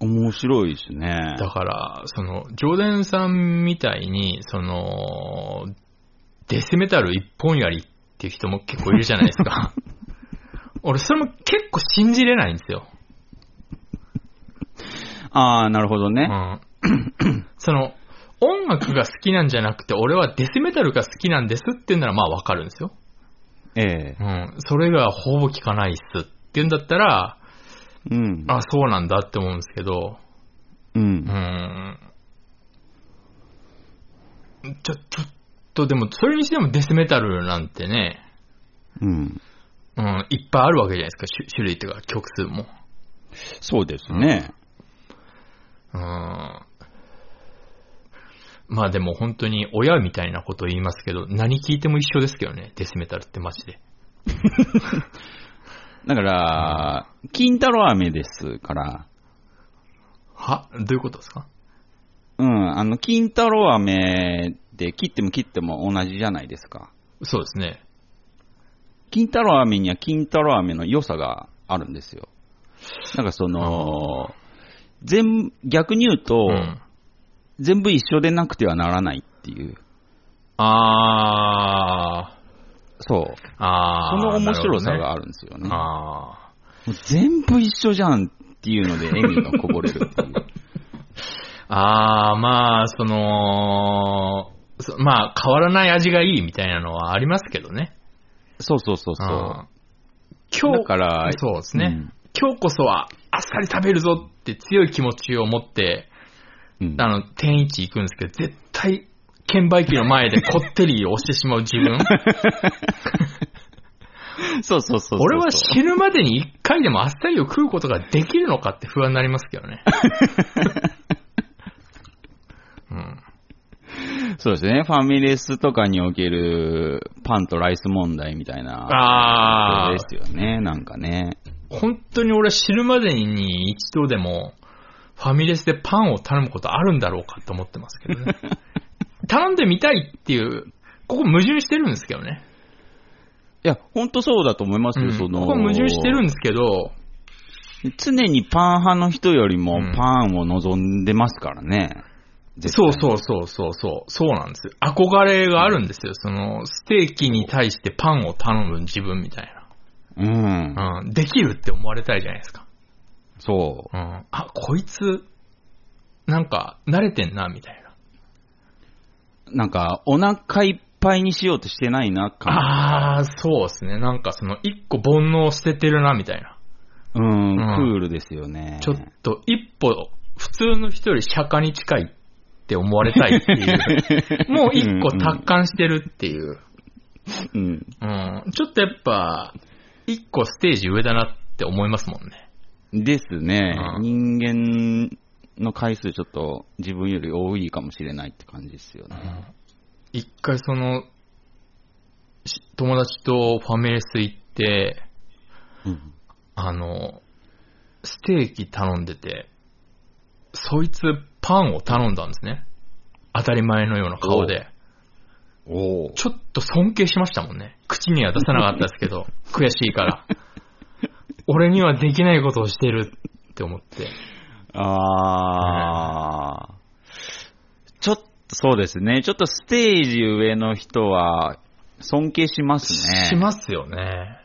面白いですね。
だから、その、ジョーデンさんみたいに、その、デスメタル一本やりっていう人も結構いるじゃないです (laughs) か。俺、それも結構信じれないんですよ。
ああ、なるほどね。
うん、その、音楽が好きなんじゃなくて、俺はデスメタルが好きなんですって言うなら、まあわかるんですよ。
ええ。
うん。それがほぼ聞かないっすって言うんだったら、
うん。
あ、そうなんだって思うんですけど、
う。
うんん。ちょ、ちょっと、でも、それにしてもデスメタルなんてね、
うん。
うん、いっぱいあるわけじゃないですか、種種類というか曲数も。
そうですね。
うん。まあでも本当に親みたいなことを言いますけど、何聞いても一緒ですけどね、デスメタルってマジで。
だから、金太郎飴ですから、
はどういうことですか
うん、あの、金太郎飴で切っても切っても同じじゃないですか。
そうですね。
金太郎飴には金太郎飴の良さがあるんですよ。なんかその、全、逆に言うと、
うん。
全部一緒でなくてはならないっていう。
あー。
そう。
あー。
その面白さ
なるほどね
があるんですよね。
あ
もう全部一緒じゃんっていうので、笑みがこぼれるっていう。
ー。あー、まあ、その、そまあ、変わらない味がいいみたいなのはありますけどね。
(laughs) そうそうそうそう。
ん今
だ
日
から、
そうですね、
うん
今日こそはあっさり食べるぞって強い気持ちを持って、
うん
あの、天一行くんですけど、絶対、券売機の前でこってり押してしまう自 (laughs) 分。
そうそうそうそうそう。
俺は死ぬまでに一回でもあっさりを食うことができるのかって不安になりますけ (laughs) どね。うん、
そうですね。ファミレスとかにおけるパンとライス問題みたいな。
ああ
で、すよね、なんかね。
本当に俺は死ぬまでに一度でもファミレスでパンを頼むことあるんだろうかって思ってますけど (laughs) ね。頼んでみたいっていう、ここ矛盾してるんですけどね。
いや、ほんとそうだと思いますよ、
うん
その。
ここ矛盾してるんですけど、
常にパン派の人よりも
うん
パンを望んでますからね。絶
そ
対
うそうそうそうそう、そうなんですよ。憧れがあるんですよ。その、ステーキに対してパンを頼む自分みたい
うん。
な。うん、できるって思われたいじゃないですか。
そ
うん、あ、こいつ、なんか、慣れてんな、みたいな。
う。なんか、お腹いっぱいにしようとしてないな、感。
ああ、そうですね。なんかその、一個煩悩を捨ててるな、みたいな。
うん、
ん
クールですよね。
ちょっと、一歩、普通の人より釈迦に近いって思われたいっていう。もう一個達観してるっていう。
うん。
うん。ちょっとやっぱ、一個ステージ上だなって思いますもんね。
ですね。
う
人間の回数ちょっと自分より多いかもしれないって感じですよね。
一回その、し友達とファミレス行って、
うん
あの、ステーキ頼んでて、そいつパンを頼んだんですね。当たり前のような顔で。
おお。
ちょっと尊敬しましたもんね。口には出さなかったですけ (laughs) ど、悔しいから。俺にはできないことをしてるって思って。
ああ。ちょっと、そうですね。ちょっとステージ上の人は、尊敬しますね。
しますよね。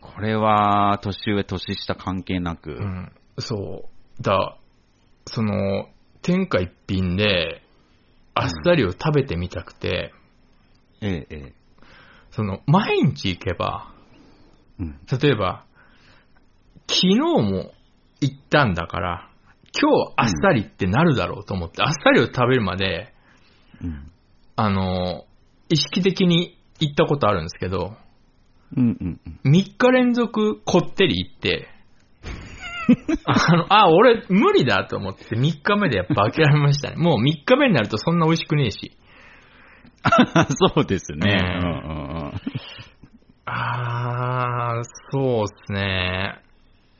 これは、年上、年下関係なく。
うん。そう。だ、その、天下一品で、あっさりを食べてみたくて、
ええ、ええ。
その、毎日行けば、
うん。
例えば、昨日も行ったんだから、今日あっさりってなるだろうと思って、あっさりを食べるまで、
うん。
あの、意識的に行ったことあるんですけど、
うんうんうん。
3日連続こってり行って、あの、あ、俺無理だと思って3日目でやっぱ諦めましたね。もう3日目になるとそんな美味しくねえし。
(laughs) そうですね。う
う
んんうんうん。
あー、そうっすね。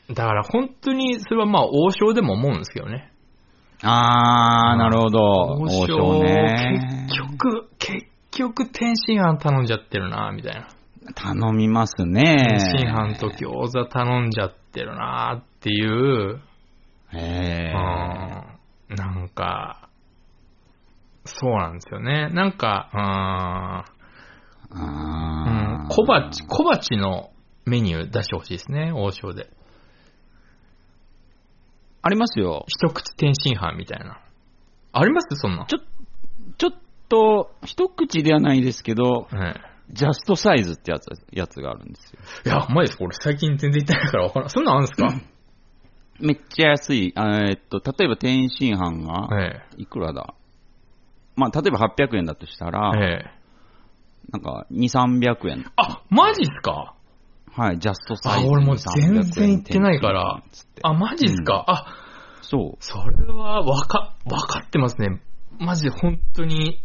だから本当にそれはまあ王将でも思うんですけどね。
あー、なるほど。
王
王将
将
ね。
結局、結局天津飯頼んじゃってるな、みたいな。
頼みますね
天。津飯と餃子頼んじゃってるな、っていう。
ええ
うんなんか、そうなんですよね。なんか、うんう
あー
ん小鉢、小鉢のメニュー出してほしいですね、王将で。
ありますよ。
一口天津飯みたいな。ありますそんなん。
ちょ、ちょっと、一口ではないですけど、
え
ジャストサイズってやつ、やつがあるんですよ。
えいや、うまいです。俺最近全然行ってないから分からん。そんなんあるんですか
めっちゃ安い。あえっと、例えば天津飯が、
え
いくらだまあ、例えば800円だとしたら、
え。ええ。
なんか、2、300円。
あ、マジっすか
はい、ジャストサイズ。
あ俺もう
200 300円
全然行ってないか
天津
ら
飯っつって
あ、マジっすか、あ、
そう。
それは分か、分かってますね。マジで本当に。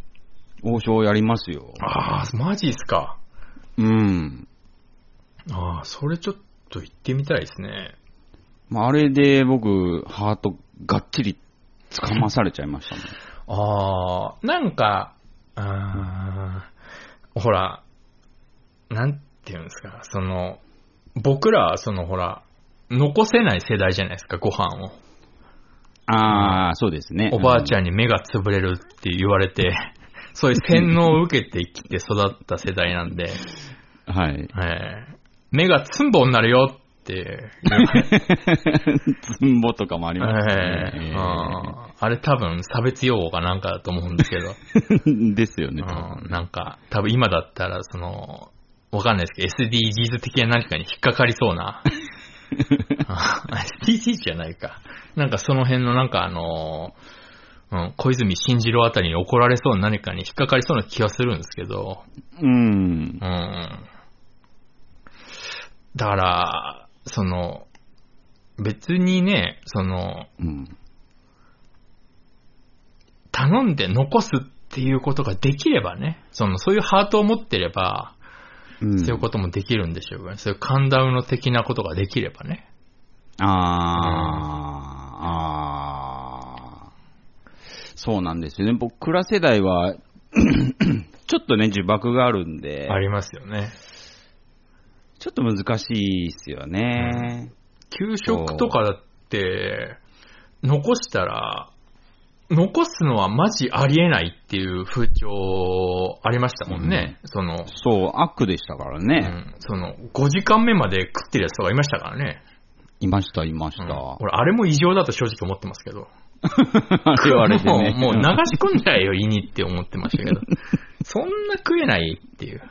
王将やりますよ。
ああ、マジっすか。
うん。
ああ、それちょっと行ってみたいですね。
まあ、あれで僕、ハートがっちり掴まされちゃいましたね。
ああ、なんか、あーほら、なんていうんですか、その、僕らはそのほら、残せない世代じゃないですか、ご飯を。
ああ、そうですね。
おばあち
ゃん。
ゃんに目が潰れるって言わ
(laughs)
れて、そういう洗脳を受けてきて育った世代なんで、
はい。
えー目がつんぼになるよ
(laughs)
って、
つんぼとかもあり
え
ます
ー
ね。
あーあれ多分差別用語かなんかだと思うんですけど。
(laughs) ですよね。
うん、なんか、多分今だったら、その、わかんないですけど、SDGs 的な何かに引っかかりそう (laughs) な。あ SDGs じゃないか。なんかその辺のなんかあの、うん、小泉進次郎あたりに怒られそうな何かに引っかかりそうな気がするんですけど、
うん
う。ん。だから、その、別にね、その、
うん。
頼んで残すっていうことができればね、その、そういうハートを持ってれば、
うん
そういうこともできるんでしょうかね。そういうカウンダウンの的なことができればね。
ああ、ああ。そうなんですよね。僕ら世代は、 (coughs) ちょっとね、呪縛があるんで、
ありますよね。
ちょっと難しいですよね。
給食とかだって、残したら、残すのはマジありえないっていう風潮ありましたもんね。その、
そう、悪でしたから
う
ね。
ん、その、5時間目まで食ってるやつとかいましたからね。
いました、いまし
う
た。
ん、
(laughs)
俺、あれも異常だと正直思ってますけど。
あれはあれでね。
もう、もう流し込んじゃえよ、胃にって思ってましたけど。そんな食えないっていう。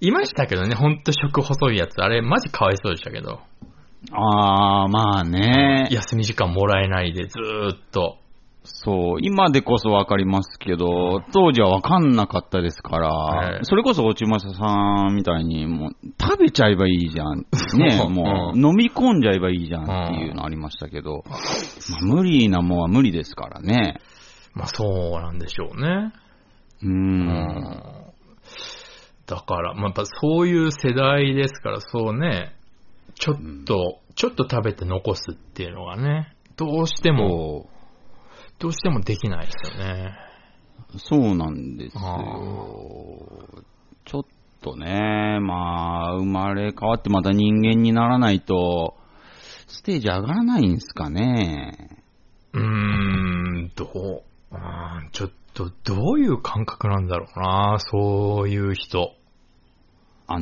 いましたけどね、ほんと食細いやつ。あれ、マジかわいそうでしたけど。
(laughs) ああ、まあね。
休み時間もらえないで、ずーっと。
そう、今でこそわかりますけど、当時はわかんなかったですから、
ええ
それこそ落ちまささんみたいに、もう食べちゃえばいいじゃん。
そう
ね、も
う
う飲み込んじゃえばいいじゃんっていうのありましたけど、まあ、無理なもんは無理ですからね。
まあ、そうなんでしょうね。
う。。
うんだから、まあ、やっぱそういう世代ですから、そうね、ちょっと、ちょっと食べて残すっていうのがね、どうしても、
そう
どうしてもできないですよね。
そうなんです
あ
よ。ちょっとね、まあ、生まれ変わってまた人間にならないと、ステージ上がらないんですかね。
うーん、どう、うーんちょっと、どういう感覚なんだろうな、そういう人。
あ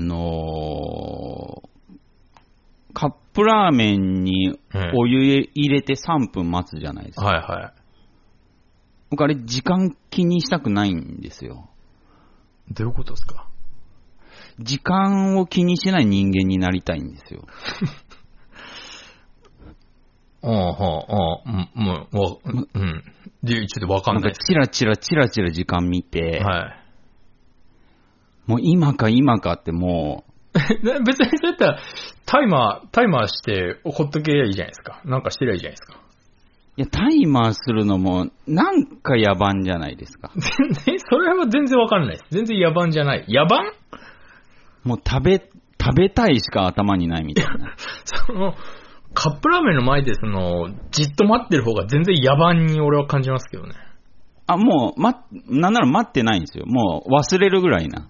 のーカップラーメンに
ええ
お湯入れて3分待つじゃないですか。
はいはい。
僕あれ時間気にしたくないんですよ。
どういうことですか
時間を気にしない人間になりたいんですよ。
ああ、はあ、ああ、うん、もう、わ、うん。で、ちょっとわかん
な
なんい
か
です。
チラチラチラチラ時間見て、
はい。 (laughs)
もう今か今かっても
な別にそうやったら、タイマー、タイマーして、ほっとけばいいじゃないですか。なんかしてりゃいいじゃないですか。
う、いや、タイマーするのもなんか野蛮じゃない
(laughs)
ですか。
全然、それは全然わかんないです。全然野蛮じゃない。野蛮
もう食べ、食べたいしか頭にないみたいな。
その、カップラーメンの前で、その、じっと待ってる方が全然野蛮に俺は感じますけどね。
あ、もう、ま、なんなら待ってないんですよ。もう忘れるぐらいな。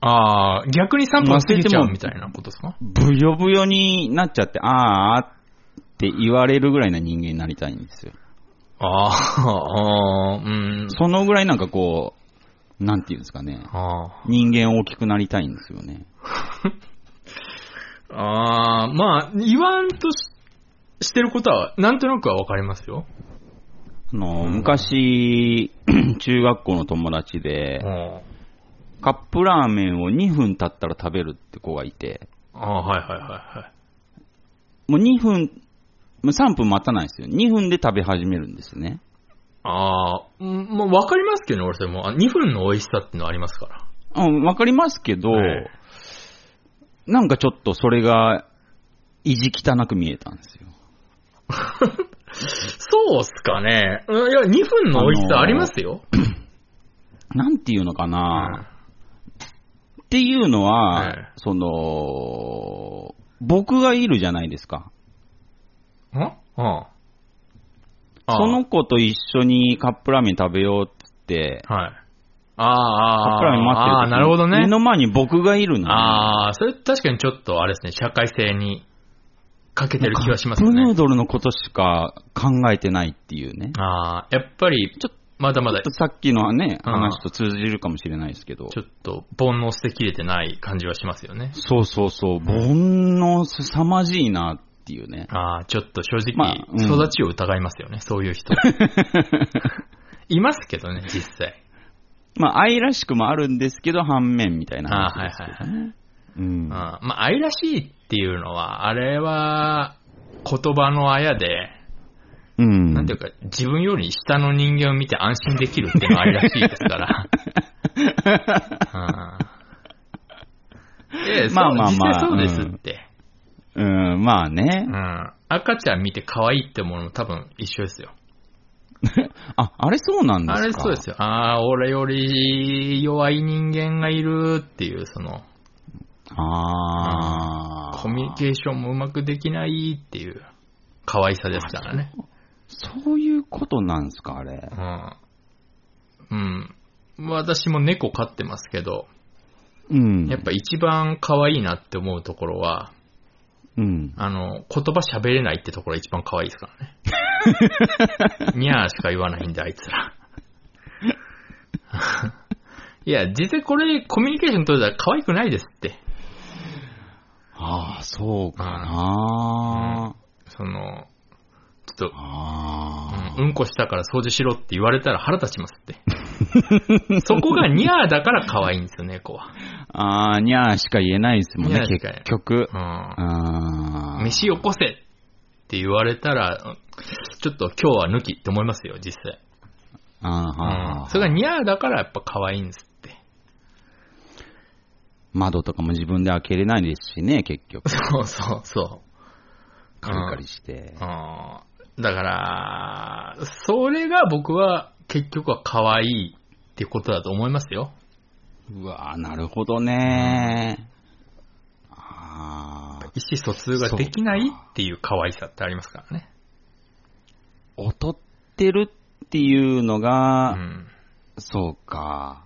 ああ、逆に3
まあ
分過ぎち
忘れて
ゃ
も
うみたいなことですか
ぶよぶよになっちゃって、あーあって言われるぐらいな人間になりたいんですよ。
ああ、あーうん。
そのぐらいなんかこう、なんていうんですかね。
あー
人間大きくなりたいんですよね。
ああ、まあ、言わんとししてることは、なんとなくはわかりますよ。
あの、
うん
昔、 (clears throat) 中学校の友達で、
うん
カップラーメンを2分経ったら食べるって子がいて、
ああー、はいはいはいはい。
もう2分、もう3分待たないんですよ。2分で食べ始めるんですね。
ああ、うんまあ、わかりますけどね、俺それも。あ2分の美味しさってのありますから。
うん、わかりますけど、
はい
なんかちょっとそれが、意地汚く見えたんですよ。
そうっすかね。うんいや、2分の美味しさありますよ。
なんていうのか
う
な、
ん
っていうのは、
はい
その、僕がいるじゃないですか。
んうん。ああ
その子と一緒にカップラーメン食べようってって、
はい。ああ、ああ、
カップラーメン待ってる時
ああ、なるほどね
目。の前に僕がいるのに。
ああ、それ確かにちょっと、あれですね、社会性にかけてる気がします
カップヌー
ね。
ドルのことしか考えてないっていうね。
ああ、やっぱり、ちょっと、まだまだ、ち
さっきのね、
うん
話と通じるかもしれないですけど。
ょっと、煩悩捨てきれてない感じはしますよね。
そうそうそう、煩悩凄まじいなっていうね。
ああ、ちょっと正直、
まあうん
育ちを疑いますよね、そうい
(laughs)
う人。いますけどね、実際。
まあ、愛らしくもあるんですけど、反面みたいな話ですけどね。うん。
あまあ、愛らしいっていうのは、あれは、言葉のあやで、
うん。
なんていうか、自分より下の人間を見て安心できるっていうのはあれらしいですから。
(laughs)
うんええ、
ま
ま
あまあまあ
あまあまあ。実際そうですって。
うん、まあね
う。ん。赤ちゃん見て可愛いってものも多分一緒ですよ。
あ、あれそうなんです
あ
か
れそうです
よ。
よ。ああ、俺より弱い人間がいるっていう、その、
あー。
コミュニケーションもうまくできないっていう、可愛さですからね。
そういうことなんですか、あれ。
うん。うん。私も猫飼ってますけど、
うん。
やっぱ一番可愛いなって思うところは、
うん。
あの、言葉喋れないってところが一番可愛いです
(laughs)
からね。にゃーしか言わないんで、あいつら。 (laughs) いや、実際これコミュニケーション取れたら可愛くないですって。
ああ、そうかな
その、ちょっと、
あ
うん、うんこしたから掃除しろって言われたら腹立ちますって。
(laughs)
そこがニャーだから可愛いんですよ、猫は。
ーあー、にゃーしか言えないですもんね
にゃー、しか言え
結局。
う
あ
ん。
ー
飯よこせって言われたら、うんちょっと今日は抜きって思いますよ、実際。
あーはーはー
うん。それがニャーだからやっぱ可愛いんです
(laughs)
って。
窓とかも自分で開けれないですしね、結局。
そうそうそ
カリカリして
う。う。ん。だから、それが僕は結局は可愛いってことだと思いますよ。
うわーなるほどねー。あー
意思疎通ができないっていう可愛さってありますからね。
劣ってるっていうの
う
が、
ん。
そうか。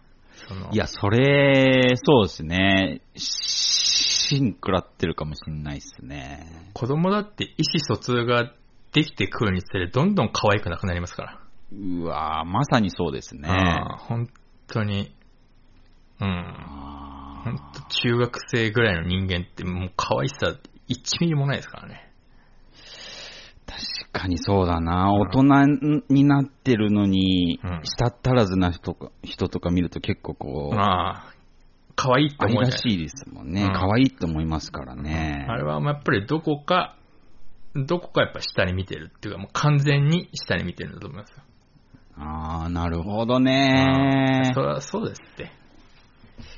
その
いや、それ、そうですね。芯食らってるかもしれないですね。
子供だって意思疎通ができてくるにつれ、どんどん可愛くなくなりますから。
うわーまさにそうですね。
ああ本当に。うん。
あー
本当中学生ぐらいの人間ってもう可愛さ一ミリもないですからね。
確かにそうだな。大人になってるのに
うん、
舌足らずな人か人とか見ると結構こう、
まあ、可愛いって
愛
思うじゃ
ら
ない
しいですもんね。
うん
可愛いって思いますからね。
あれはまあやっぱりどこか、どこかやっぱ下に見てるっていうか、もう完全に下に見てるんだと思いますよ。
ああ、なるほど
うん
ね
そ。れはそうですって。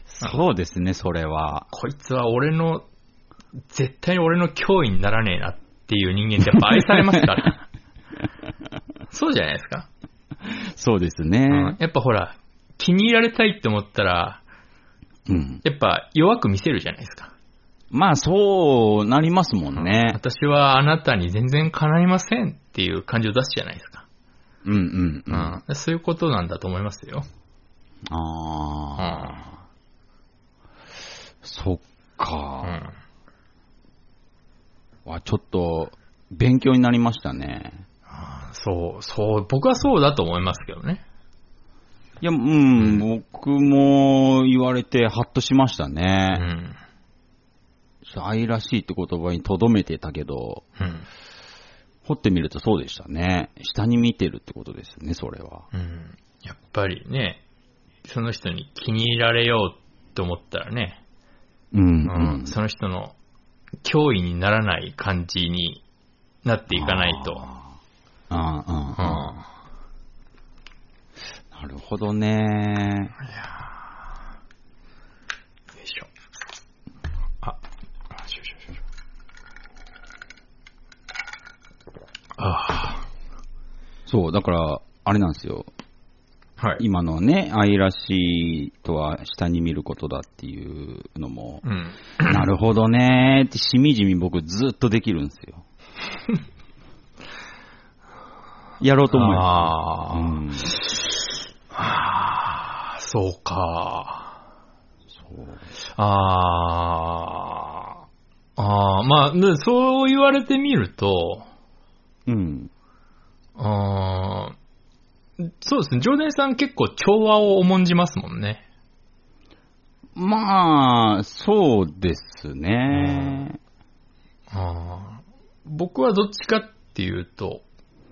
そうですね、それは。
こいつは俺の、絶対俺の脅威にならねえなっていう人間ってやっぱ愛されます
(laughs)
から。そうじゃないですか、
そうです
うん
ね。
やっぱほら、気に入られたいって思ったら、
うん。
やっぱ弱く見せるじゃないですか。
まあ、そうなりますもん (laughs) ね。
私はあなたに全然叶いませんっていう感じを出すじゃないですか。
うんうんうん。あ
うん、そういうことなんだと思いますよ。
あ
う
ー、そっ
んう
か。
ん
は、ちょっと、勉強になりましたね。
そう、そう、僕はそうだと思いますけどね。
いや、うん、僕も言われてハッとしました
う
ね。
ん。
愛らしいって言葉に留めてたけど、
うん。
掘ってみるとそうでしたね。下に見てるってことですね、それは。
うん。やっぱりね、その人に気に入られようと思ったらね、
うん、
うんその人の脅威にならない感じになっていかないと。
ああ、
うん。
ああ、なるほどね。
よいしょ。あ、あしょしょしょしょ。あ
そう、だから、あれなんですよ。
あ。はい。
今のね、愛らしいとは下に見ることだっていうの
(laughs)
も、
うん。
なるほどねってしみじみ僕ずっとできるんですよ。やろうと思いま
あ
す。うん、
あ。あそうか。
そう
ああ。ああ、まあ、ねそう言われてみると、
うん。
あーそうですね、ジョーデンさん結構調和を重んじますもんね。
まあ、そうですね。
あー僕はどっちかっていうと、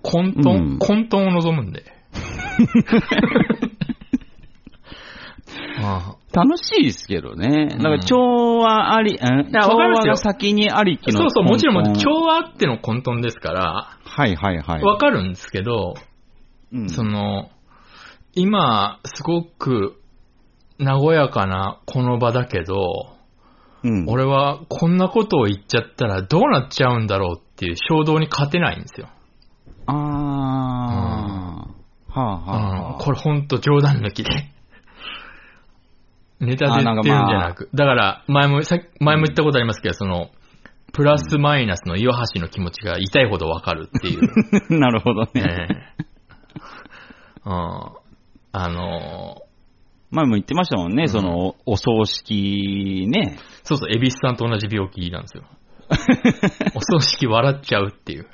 混沌、
うん
混沌を望む
(laughs)
んで。あ
楽しいですけどね。だか
うん
ら調和あり、うん、
いや
調
わかりま
和
すよ
が先にあり
ー
きの。
そうそう、もちろんもちろん
根
調
本
和あっての混沌ですから、
はいはいはい。
わかるんですけど、
うん
その、今、すごく、和やかなこの場だけど、
うん、
俺はこんなことを言っちゃったらどうなっちゃうんだろうっていう衝動に勝てないんですよ。
あー、はあはあ
うん
はあ。
これほんと冗談抜きで。
(laughs)
ネタで言ってるんじゃなく。だから、前も、さっき前も言ったことありますけど、その、プラスマイナスの岩橋の気持ちが痛いほどわかるって
(laughs)
いう。
なるほどね。
ねえうんあのー
前も言ってましたもんね、
ん
その、お葬式ね。
そうそう、エビスさんと同じ病気なんですよ。 (laughs) お葬式笑っちゃうっていう。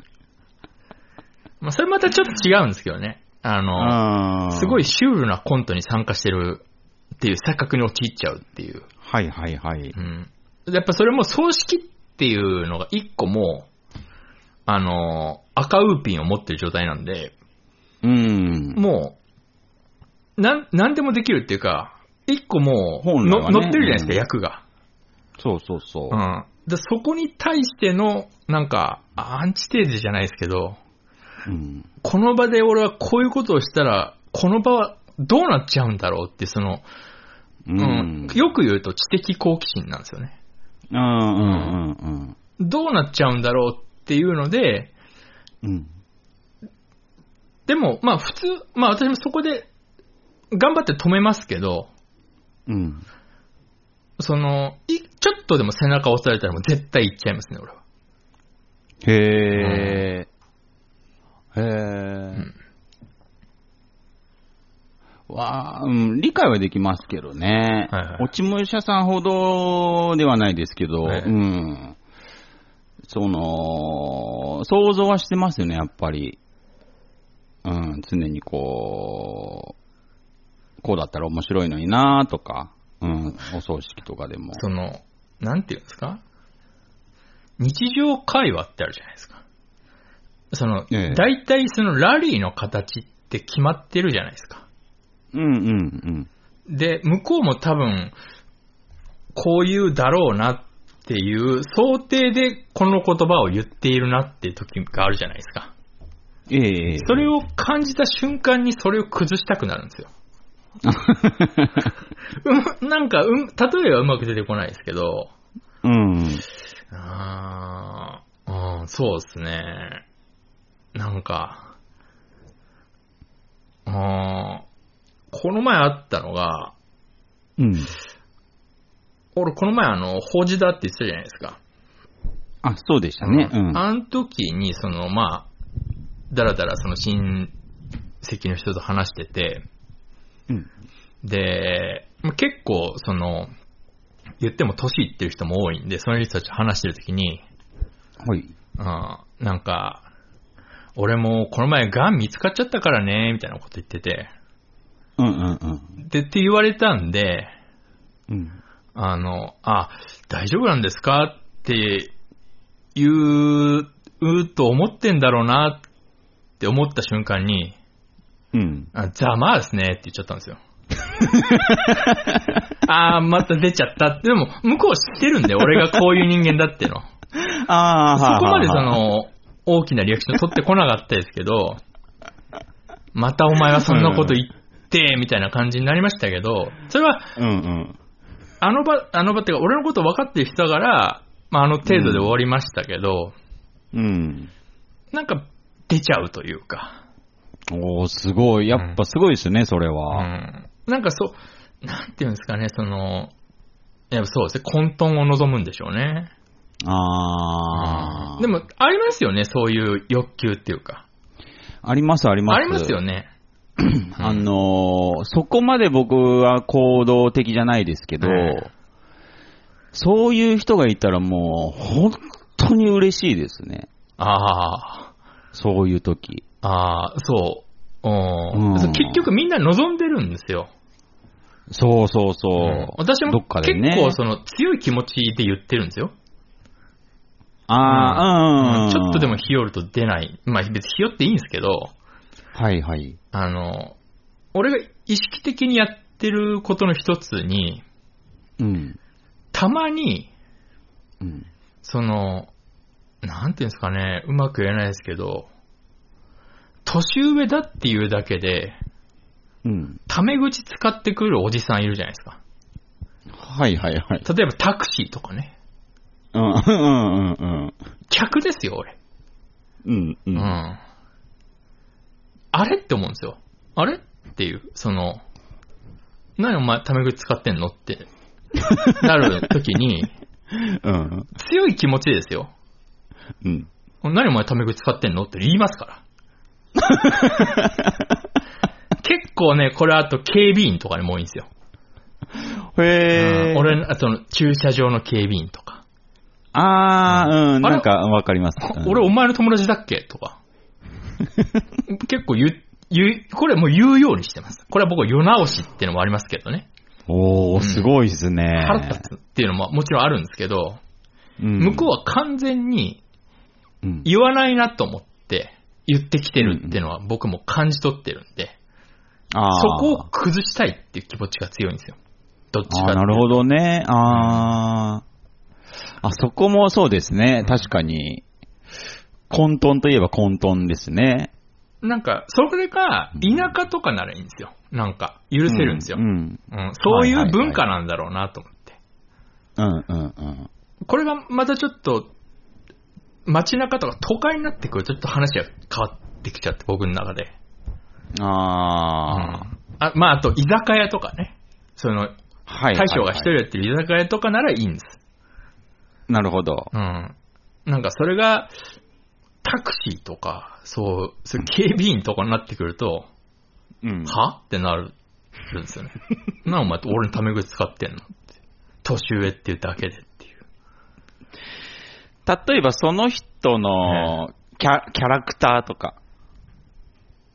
まあ、それまたちょっと違うんですけどね。あの、
あー
すごい。シュールなコントに参加してるっていう錯覚に陥っちゃうっていう。
はいはいはい。
うん。やっぱそれも葬式っていうのが一個もう、あの、赤ウーピンを持ってる状態なんで、
うん。
もう、なん、なんでもできるっていうか、一個もう、
本来は
の
ね
乗ってるじゃないですか、
うん
役が。
そうそうそうう。
ん。で、そこに対しての、なんか、アンチテーゼじゃないですけど、
うん。
この場で俺はこういうことをしたら、この場はどうなっちゃうんだろうって、その、
う。
うん
うんん、
よく言うと知的好奇心なんですよね。
うんうん
どうなっちゃうんだろうっていうので、
うん。うん。
でも、まあ普通、まあ私もそこで、頑張って止めますけど、
うん。
その、いちょっとでも背中押されたらもう絶対行っちゃいますね、俺は。
へえ。へえ。
ん
わあ、うん、理解はできますけどね。
はいはい
落ち武者さんほどではないですけど、
はい
うん。その、想像はしてますよね、やっぱり。うん、常にこう、こうだったら面白いのになとか、うん、お葬式とかでも。
その、なんていうんですか日常会話ってあるじゃないですか。その、
ええ
大体そのラリーの形って決まってるじゃないですか。
うんうん
で、向こうも多分、こういうだろうなっていう想定でこの言葉を言っているなっていう時があるじゃないですか。
うん。ええ
それを感じた瞬間にそれを崩したくなるんで
(laughs)
すよ。うん、なんか、うん、例えはうまく出てこないですけど、
うん。
あーうん、そうですね。なんか、あーこの前あったのが、
うん。
俺この前あの、法事だって言ってたじゃないですか。
あ、そうでしたね。うん。
あの時に、その、まあ、だらだらその親戚の人と話してて、
うん。
で、まあ結構、その、言っても年いってる人も多いんで、その人たちと話してる時に、
はい。
うん、なんか、俺もこの前ガン見つかっちゃったからね、みたいなこと言ってて、
うんうんうん。
で、って言われたんで、
うん。
あの、あ、大丈夫なんですかって言う、うと思ってんだろうなって思った瞬間に、
うん。
あざまあですねって言っちゃったんですよ。あー、また出ちゃったって。でも、向こう知ってるんで、俺がこういう人間だっていうの。
ああ、
そこまでそ
はあはあ、
の、大きなリアクション取ってこなかったですけど、 (laughs) またお前はそんなこと言って、みたいな感じになりましたけど、それは、
うん
あの場、あの場っていうか、俺のこと分かってる人だから、まあ、あの程度で終わりましたけど、
うん。うん。
なんか、出ちゃうというか、
おー、すごい。やっぱすごいですね、それ
う
は。
ん。なんかそう、なんていうんですかね、その、やっぱそうですね、混沌を望むんでしょうね。
ああ。
で、も、ありますよね、そういう欲求っていうか。
あります、あります。
ありますよね。
あのーそこまで僕は行動的じゃないですけど、
はい
そういう人がいたらもう、本当に嬉しいですね。
ああ。
そういう時。
ああ、そう。
う
うんん、そう結局みんな望んでるんですよ。
そうそうそう。
うん私も
どっかで
結
ね。
構その強い気持ちで言ってるんですよ。
ああ、うん、
ちょっとでも日和ると出ない。まあ別に日和っていいんですけど、
はいはい。
あの、俺が意識的にやってることの一つに、
うん。
たまに、
うん。
その、なんていうんですかね、うまく言えないですけど、年上だっていうだけで、
うん。
タメ口使ってくるおじさんいるじゃないですか。
はいはいはい。
例えばタクシーとかね。
うんうんうん
客ですよ、俺。
うん。うんう。
うんん。あれって思うんですよ。あれっていう、その、何お前タメ口使ってん
(laughs)
のって、なるときに、
うん。
強い気持ちですよ。
うん。
何お前タメ口使ってんのって言いますから。
(laughs)
結構ね、これあと警備員とかにも多いんですよ。
へえ。
うん、俺、あとの駐車場の警備員とか。
ああ、うん。
あ
な
れ
んかわかります。うん
俺お前の友達だっけとか。 (laughs) 結構言う、言う、これもう言うようにしてます。これは僕は世直しっていうのもありますけどね。
おー、すごいですね。
腹立つっていうのももちろんあるんですけど、
向
向こうは完全に
うん、
言わないなと思って言ってきてるっていうのは僕も感じ取ってるんで、
あー
そこを崩したいっていう気持ちが強いんですよ。どっちか
あーなるほどね。あーあ、そこもそうですね。確かに。混沌といえば混沌ですね。
なんか、それが田舎とかならいいんですよ。なんか、許せるんですよ。
ううん。
うんそういう文化なんだろうなと思って。
うんうんうん。
これがまたちょっと、街中とか都会になってくるとちょっと話が変わってきちゃって、僕の中で。
ああ、
あまあ、あと、居酒屋とかね。その、
はいはい、はい。
大将が一人やってる居酒屋とかならいいんです。
なるほど。
うん。なんかそれが、タクシーとか、そう、そう警備員とかになってくると、
うん。
はってなるんです
(laughs)
よね。な、お前、俺のタメ口使ってんのって。年上っていうだけでっていう。
例えばその人のキャキャラクターとか。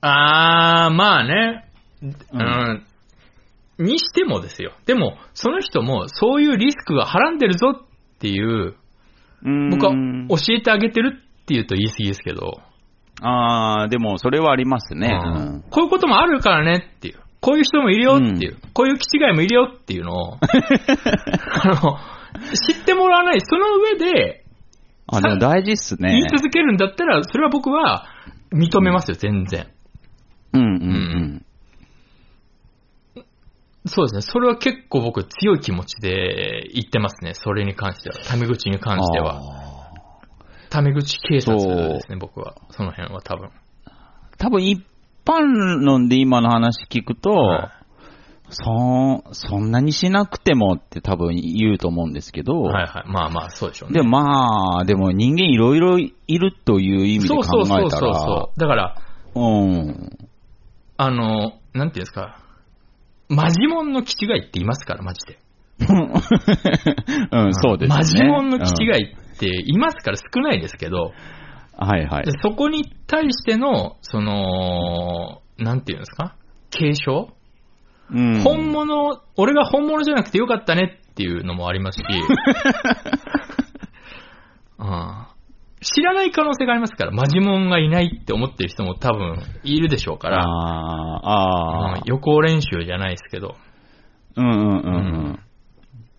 あー、まあね。
う
うんん。にしてもですよ。でも、その人もそういうリスクがはらんでるぞっていう、僕は
うん
教えてあげてるっていうと言い過ぎですけど、
ああ、でもそれはありますね。う
うん
ん。
こういうこともあるからねっていう。こういう人もいるよっていう。こういう気違いもいるよっていう (laughs) のを、あの、知ってもらわない。その上で、
あ、でも大事っす
言い
ね。
続けるんだったら、それは僕は認めますよ、全然。
うんうん
そうですね。それは結構僕強い気持ちで言ってますね。それに関しては。タメ口に
うん。
関して
は。
は。タメ口警察ですね、僕は。その辺は多分。
多分一般論で今の話聞くと、
はい
そ、そんなにしなくてもって多分言うと思うんですけど、
はいはい。まあまあ、そうでしょうね。
でもまあ、でも人間いろいろいるという意味で
そ
考
うそうそ
え
う
た
そう
ら
そ、う。だから、
うん。 (laughs)
あの、なんていうんですか。マジモンの気違いって言いますから、マジで。
うん、そうですね。
マジモンの気違
うん
いって言いますから少ないですけど、
はいはい
で。そこに対しての、その、なんていうんですか継承
うん
本物、俺が本物じゃなくてよかったねっていうのもあ
(laughs)
りますし、うん知らない可能性がありますから、マジモンがいないって思ってる人も多分いるでしょうか
あ
ら、
ーあ
う
ー
ん、予行練習じゃないですけど、
うんうんうん
うん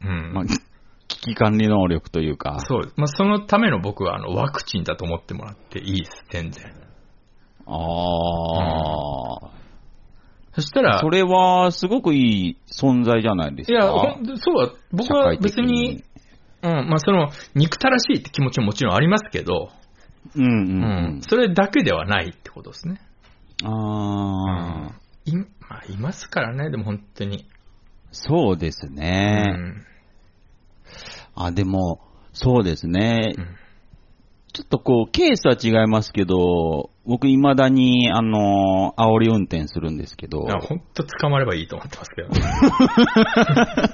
うん。まあ、危機管理能力というか。
そうです、まあ、そのための僕はあのワクチンだと思ってもらっていいです、全然。
ああ、
そしたら、
それはすごくいい存在じゃないです
い
か。
や、ほんそうは、僕は別に、うん、まあその、憎たらしいって気持ちももちろんありますけ
社
ど、
会的に。うん
う
うん
ん、それだけではないってことですね。
うん。ああ、
い、まあ、いますからね、でも本当に。
そうです
う
ね。
ん。
あ、でも、そうですね。
うん
ちょっとこう、ケースは違いますけど、僕未だに、あの、煽り運転するんですけど、
あ本当捕まればいいと思ってます
(laughs)
けど、ね、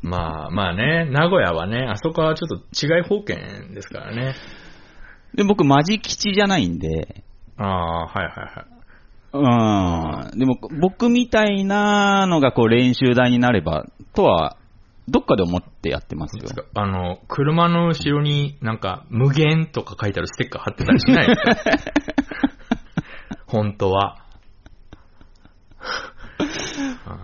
まあまあね、名古屋はね、あそこはちょっと違い保険ですからね。
で僕マジ吉じゃないんで、
ああ、はいはい
うん。でも、僕みたいなのがこう練習台になれば、とは、どっかで思ってやってます
はい
よ
です。か。あの、車の後ろになんか、無限とか書いてあるステッカー貼ってたりしないですか
(laughs)
本当は。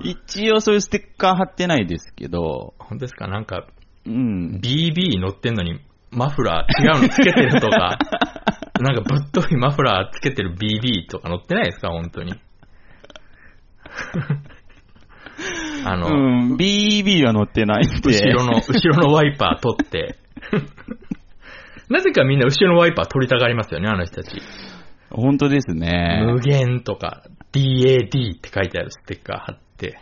一応そういうステッカー貼ってないですけど、
本当ですかなんか、
うん。
BB 乗ってんのにマフラー違うのつけてる
(laughs)
とか、なんかぶっといマフラーつけてる BB とか乗ってないですか本当
(laughs)
に。あ
う
の、
ん、BB は乗ってないんで。
後ろの、後ろのワイパー取って。なぜかみんな後ろのワイパー取りたがりますよね、あの人たち。
(laughs) 本当ですね。
無限とか、DAD って書いてあるステッカー貼って。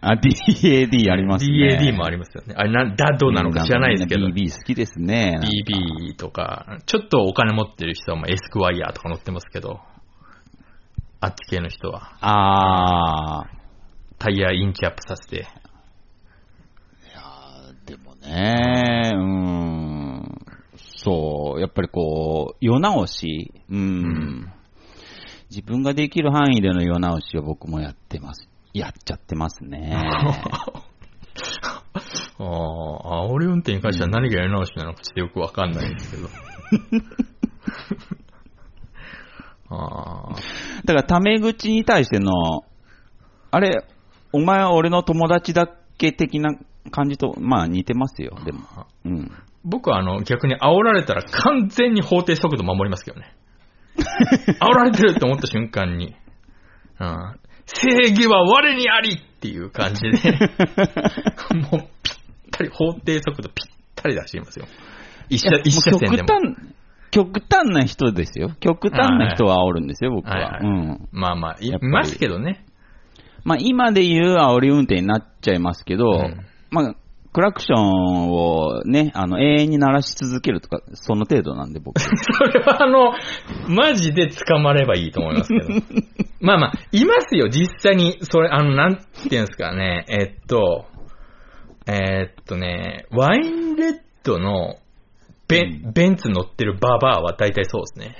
あ、DAD ありますね。
DAD もありますよね。あれ、な、ダドなのか知らないですけど
う。ん BB 好きですね。
BB とか、ちょっとお金持ってる人はまあエスクワイヤーとか乗ってますけど、あっち系の人は
あー。
タイヤインチアップさせて、
でもね、うん。そう、やっぱりこう、世直し、うん。
ん
自分ができる範囲での世直しを僕もやってます。やっちゃってます
(laughs)
ね。
ああ、煽り運転に関しては何がやり直しなのかちょっとよくわかんないんですけど。ああ、
だから、タメ口に対しての、あれ、お前は俺の友達だっけ的な感じと、まあ似てますよ、でも。うん。
僕はあの逆に煽られたら完全に法定速度守りますけどね。煽られてるって思った瞬間に、うん、正義は我にありっていう感じで、もうぴったり、法定速度ぴったり出していますよ。一車一車線
も
でも。
う極端、極端な人ですよ。極端な人は煽るんですよ、僕は。
はいはい
うん。
まあまあ、い
やっぱり
ますけどね。
まあ、今で言う煽り運転になっちゃいますけど、
うん
まあ、クラクションをね、あの、永遠に鳴らし続けるとか、その程度なんで
(laughs)
僕。
それはあの、マジで捕まればいいと思いますけど。まあまあ、いますよ、実際に。それ、あの、なんていうんですかね、えっと、えっとね、ワインレッドのベンベンツ乗ってるババアは大体そうですね。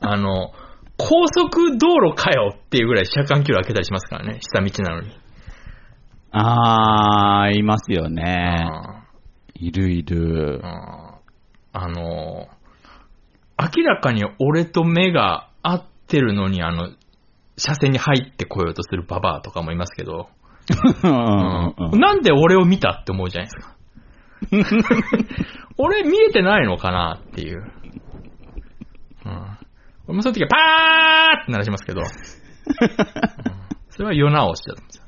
あの、高速道路かよっていうぐらい車間距離開けたりしますからね、下道なのに。
あー、いますよね。
あー
いるいる。
あーあの、明らかに俺と目が合ってるのに、あの、車線に入ってこようとするババアとかもいますけど、
うんうん
なんで俺を見たって思うじゃない
(laughs)
ですか。俺見えてないのかなっていう。うん。俺もその時はパーって鳴らしま
(laughs)
すけど、うんそれは夜直しだったんです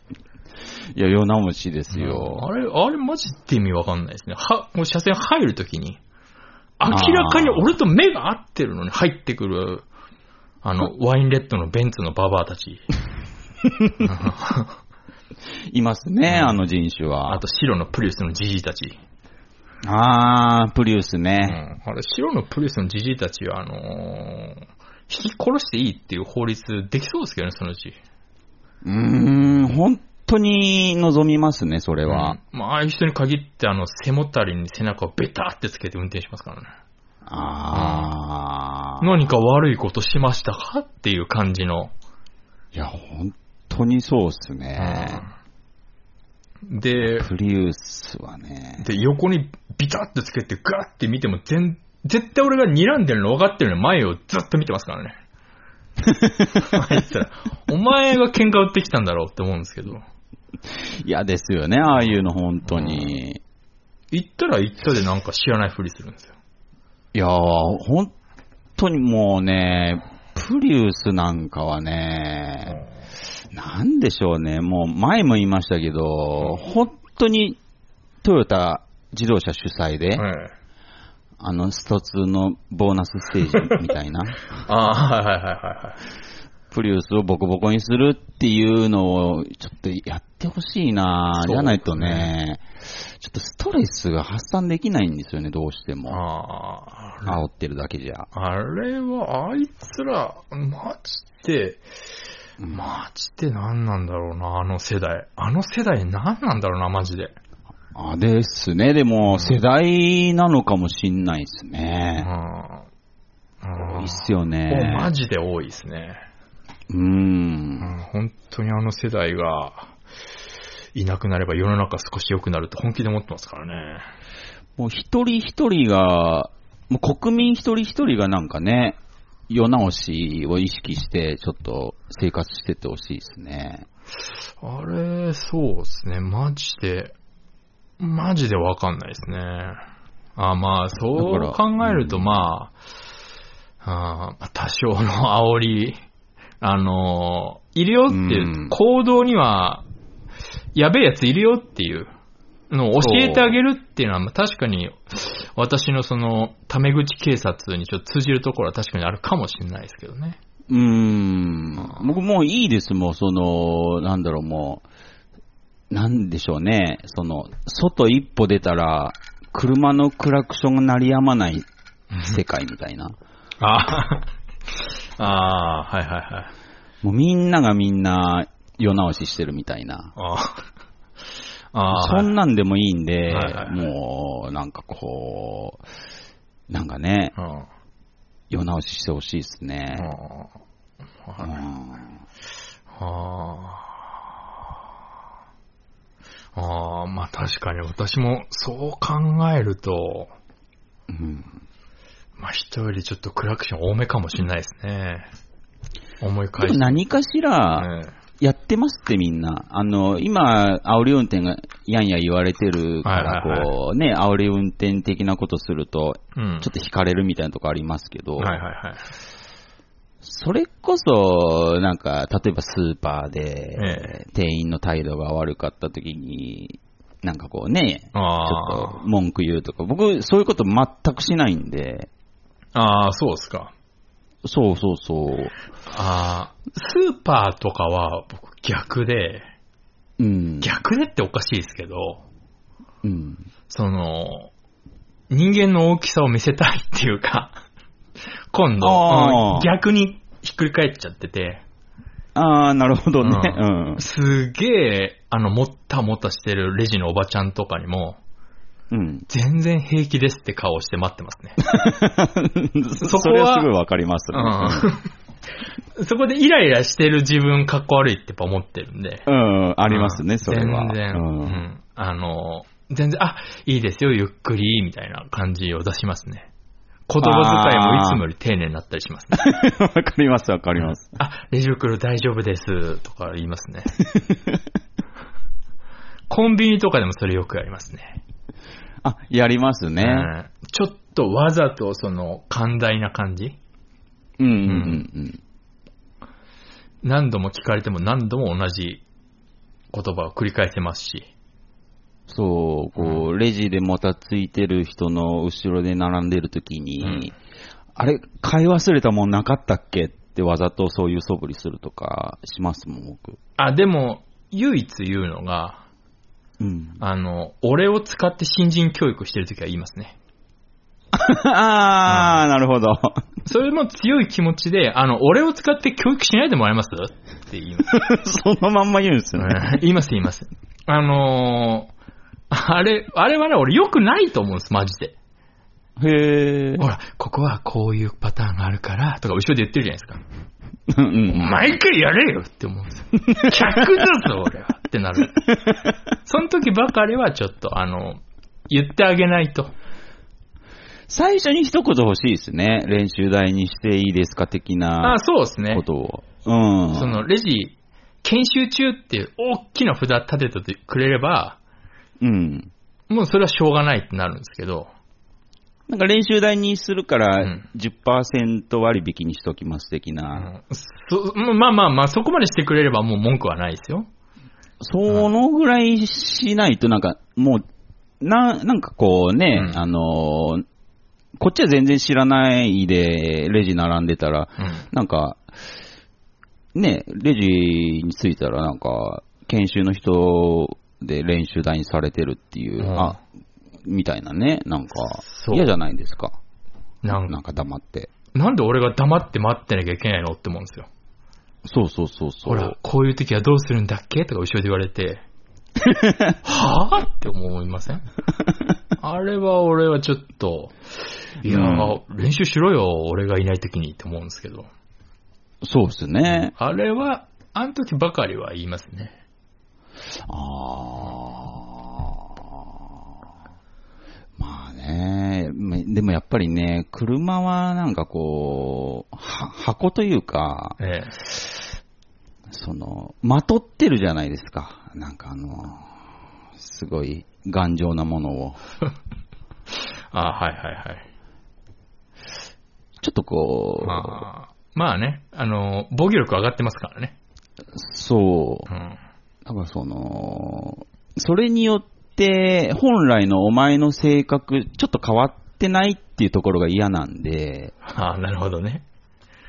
よ。
いや、世直しですよ。
あれ、あれマジって意味わかんないですね。は、もう車線入るときに、明らかに俺と目が合ってるのに入ってくる、あの、ワインレッドのベンツのババアたち。
いますね、あの人種は。
あと白のプリウスのジジイたち。
あー、プリウス
う
ね。
ん。あれ、白のプリウスのジジイたちは、あのー引き殺していいっていう法律できそうですけどね、そのうち。
うーん、本当に望みますね、それは。
うんまあ、ああいう人に限って、あの、背もたれに背中をベタってつけて運転しますからね。
あー。
何か悪いことしましたかっていう感じの。
いや、本当にそうっすね。
で、
プリウスはね。
で、横にビタッとつけてガッて見ても全、絶対俺が睨んでるの分かってるのに前をずっと見てますからね。あいつら、お前が喧嘩売ってきたんだろうって思うんですけど。
嫌ですよね、ああいうの、本当に。
行ったら行ったでなんか知らないふりするんですよ。
いやー、本当にもうね、プリウスなんかはね、なんでしょうね、もう前も言いましたけど、本当にトヨタ自動車主催で、
はい
あの、ストツーのボーナスステージみたい (laughs) な、
ああ、はいはいはいはい。
プリウスをボコボコにするっていうのを、ちょっとやってほしいな、
そう
じゃないとね、ちょっとストレスが発散できないんですよね、どうしても。
あ
煽
あ、
ってるだけじゃ。
あれは、あいつら、マジで、マジで何なんだろうな、あの世代。あの世代何なんだろうな、マジで。
あ、ですね。でも、世代なのかもしんないです
うん。
ね。
うん
いいっすよ
もうマ
ね。
ジで多いですね。
う。
うんん、本当にあの世代が、いなくなれば世の中少し良くなるって本気で思ってますからね。
もう一人一人が、もう国民一人一人がなんかね、世直しを意識して、ちょっと生活してってほしいですね。
あれ、そうですね。マジで、マジでわかんないですね。あまあ、そう
だから
考えると、
うん
まあ、あー多少の煽り、あのーいるよっていう、
うん
行動には、やべえやついるよっていうのを教えてあげるっていうのは、まあ確かに、私のその、タメ口警察にちょっと通じるところは確かにあるかもしれないですけどね。
うーん。僕もういいです、もう、その、なんだろう、もう、なんでしょうね。その、外一歩出たら、車のクラクションが鳴りやまない世界みたいな。
ああ、ああ、はいはいはい。
もうみんながみんな世直ししてるみたいな。
ああ。ああ。
そんなんでもいいんで、
はいはいはい
もう、なんかこう、なんかね、
うんうん
世直ししてほしいですね。う
あ
ん
あああ、まあ確かに私もそう考えると、
うん
まあ人よりちょっとクラクション多めかもしれないですね。思い
で
返
も
して。
何かしら
え
やってますってみんな。あの、今、煽り運転がやんや言われてるから、
はいはいはい
こうね、煽り運転的なことすると、
えうん。
ちょっと惹かれるみたいなとこありますけど、
はいはいはい。
それこそ、なんか、例えばスーパーで、店員の態度が悪かった時に、なんかこうね、ち
あ
ょっと。
あ
文句言うとか、僕、そういうこと全くしないんで、
ああ、そうですか。
そうそうそう、
ああ、スーパーとかは僕逆で、
うん。
逆でっておかしいですけど、
うん。
その、人間の大きさを見せたいっていうか、今度、
あー
うん逆にひっくり返っちゃってて、
ああ、なるほどね。
う
うん。
すげえ、あの、もったもたしてるレジのおばちゃんとかにも、
うん。
全然平気ですって顔をして待ってますね。
そそれはすごいわかりますね。
うん (laughs) そこでイライラしてる自分かっこ悪いってやっぱ思ってるんで。
うん、ありますね、それは。
全然、
う
うん
ん
あの、全然、あ、いいですよ、ゆっくり、みたいな感じを出しますね。言葉遣いもいつもより丁寧になったりしますね。
(laughs) わかります、わかります。
あ、レジ袋大丈夫です、とか言いますね。コンビニとかでもそれよくやりますね。
あ、やります
う
ね。
んちょっとわざとその寛大な感じ
うんうんうん
何度も聞かれても何度も同じ言葉を繰り返せますし。
そう、こう、レジでもたついてる人の後ろで並んでるときに、
うん
あれ、買い忘れたもんなかったっけってわざとそういう素振りするとかしますもん、僕。
あ、でも、唯一言うのが、
うん。
あの、俺を使って新人教育してるときは言いますね。
(laughs) あー、なるほど。 (laughs)
それも強い気持ちで、あの、俺を使って教育しないでもらえますって言います。
そのまんま言うんですよね。
(laughs) 言います、言います。あのーあれ、あれはね、俺良くないと思うんです、マジで。
へー。
ほら、ここはこういうパターンがあるから、とか後ろで言ってるじゃないです
う
か。
んうん
毎回やれよって思うんですよ。 (laughs) 客だぞ、俺は。ってなる。その時ばかりはちょっと、あの、言ってあげないと。
最初に一言欲しいですね。練習台にしていいですか的
あ
な
そうですね
こ。とを。うん。
その、レジ、研修中っていう大きな札立ててくれれば、
うん。
もうそれはしょうがないってなるんですけど、
なんか練習台にするか
う
ら
ん
10%割引にしときます的
う
な。
んそまあまあまあ、そこまでしてくれればもう文句はないですよ。
そのぐらいしないとなんかもう、な、なんかこうね、
うん
あのーこっちは全然知らないでレジ並んでたら、
うん
なんか、ね、レジに着いたらなんか、研修の人で練習台にされてるっていう、
うん
あ、みたいなね、なんか、
そう
嫌じゃないですか。
なん
なんか黙って。
なんで俺が黙って待ってなきゃいけないのって思うんですよ。
そうそうそうそう。
ほら、こういう時はどうするんだっけとか後ろで言われて、はぁって思いませんあれは俺はちょっと、いやー、練習しろよ、俺がいない時にって思うんですけど。
そうですね。
あれは、あの時ばかりは言いますね。
あーまあね、までもやっぱりね、車はなんかこう、は箱というか、
ええ。
その、まとってるじゃないですか。なんかあの、すごい頑丈なものを。
ああはいはいはい。
ちょっとこう、
まあ、まあね、あの、防御力上がってますからね。
そう
う。ん。
なんかその、それによって、本来のお前の性格、ちょっと変わってないっていうところが嫌なんで、
(laughs) ああ、なるほどね。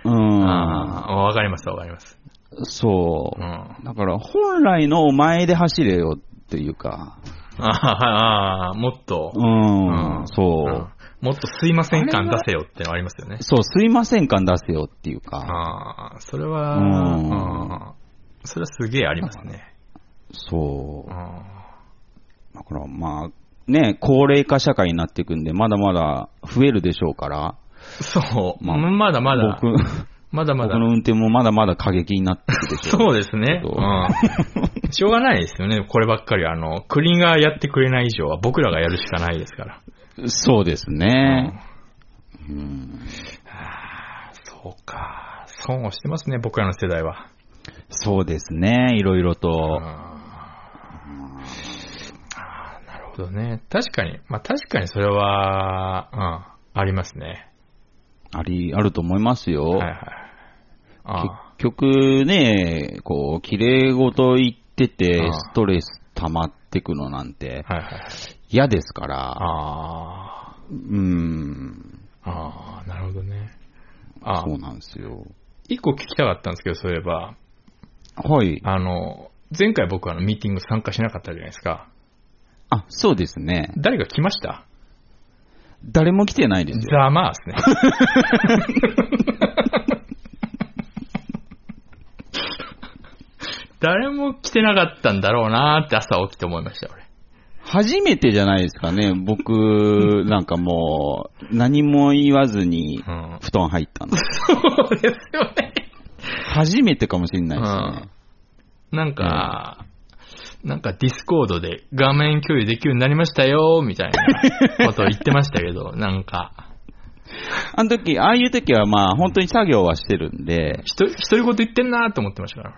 うん、
ああ、わかりますわかります。
そうう。
ん。
だから、本来のお前で走れよっていうか、
ああ、もっと、
うん、
うん
そう。
もっとすいません感出せよってのありますよね。
そう、すいません感出せよっていうか、
ああ、それは、
うん
うんそれはすげえありますね。
そうう。
ん
だからまあ、ね、高齢化社会になっていくんで、まだまだ増えるでしょうから、
そう、
ま
ま
あ
だまだ、
僕、
まだま
僕
だ、
の運転もまだまだ過激になっていくでしょ
(laughs) そうですね。
そう
うん
(laughs)
しょうがないですよね、こればっかりは。あの、国がやってくれない以上は僕らがやるしかないですから。
う。そうですね。うん
そうか。損をしてますね、僕らの世代は。
そうですね、いろいろ
うん
と。
あーなるほどね。確かに、まあ確かにそれは、うん、ありますね。
あり、あると思いますよ。
はいはい。あー
結局ね、こう、綺麗事言ってて
あ、あ
ストレス溜まってくのなんて
はいはい。
嫌ですから、
あ
うーん、
あ、ああ、なるほどね。ああ
そ、うなんですよ。
一個聞きたかったんですけど、そういえば、
はい。
あの、前回僕あのミーティング参加しなかったじゃないですか。
あ、そうですね。
誰が来ました
誰も来てないですよ。
ザ・マーですね。 (laughs) 誰も来てなかったんだろうなーって朝起きて思いました、俺。
初めてじゃないですかね。 (laughs) 僕、なんかもう、何も言わずに
う、ん。
布団入ったの。
そうですよね。
初めてかもしれないですね。
なんか、なんかディスコードで画面共有できるようになりましたよ、みたいなことを言ってましたけど、なんか、
あの時、ああいう時はまあ本当に作業はしてるんで、
ひと、独り言言ってんなと思ってましたから。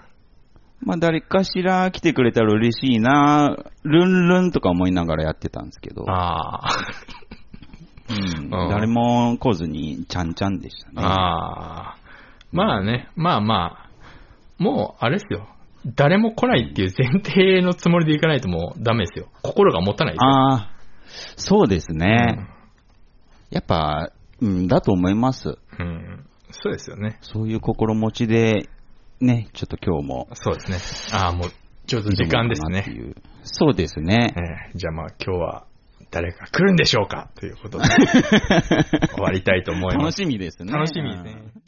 まあ誰かしら来てくれたら嬉しいな、ルンルンとか思いながらやってたんですけど、
ああ。
うん
うん
誰も来ずにちゃんちゃんでしたね。
ああ。まあね、まあまあ。もう、あれですよ。誰も来ないっていう前提のつもりでいかないともうダメですよ。心が持たないですよ。
ああ、そうですね。
うん
やっぱ、うん、だと思います。
うん。そうですよね。
そういう心持ちで、ね、ちょっと今日も。
そうですね。ああ、もう、ちょうど時間です
挑
ね。
もうかなっていう。そうですね
え。えじゃあまあ今日は誰か来るんでしょうかということで、終わりたいと思います
楽。しみですね。
楽しみですね
うん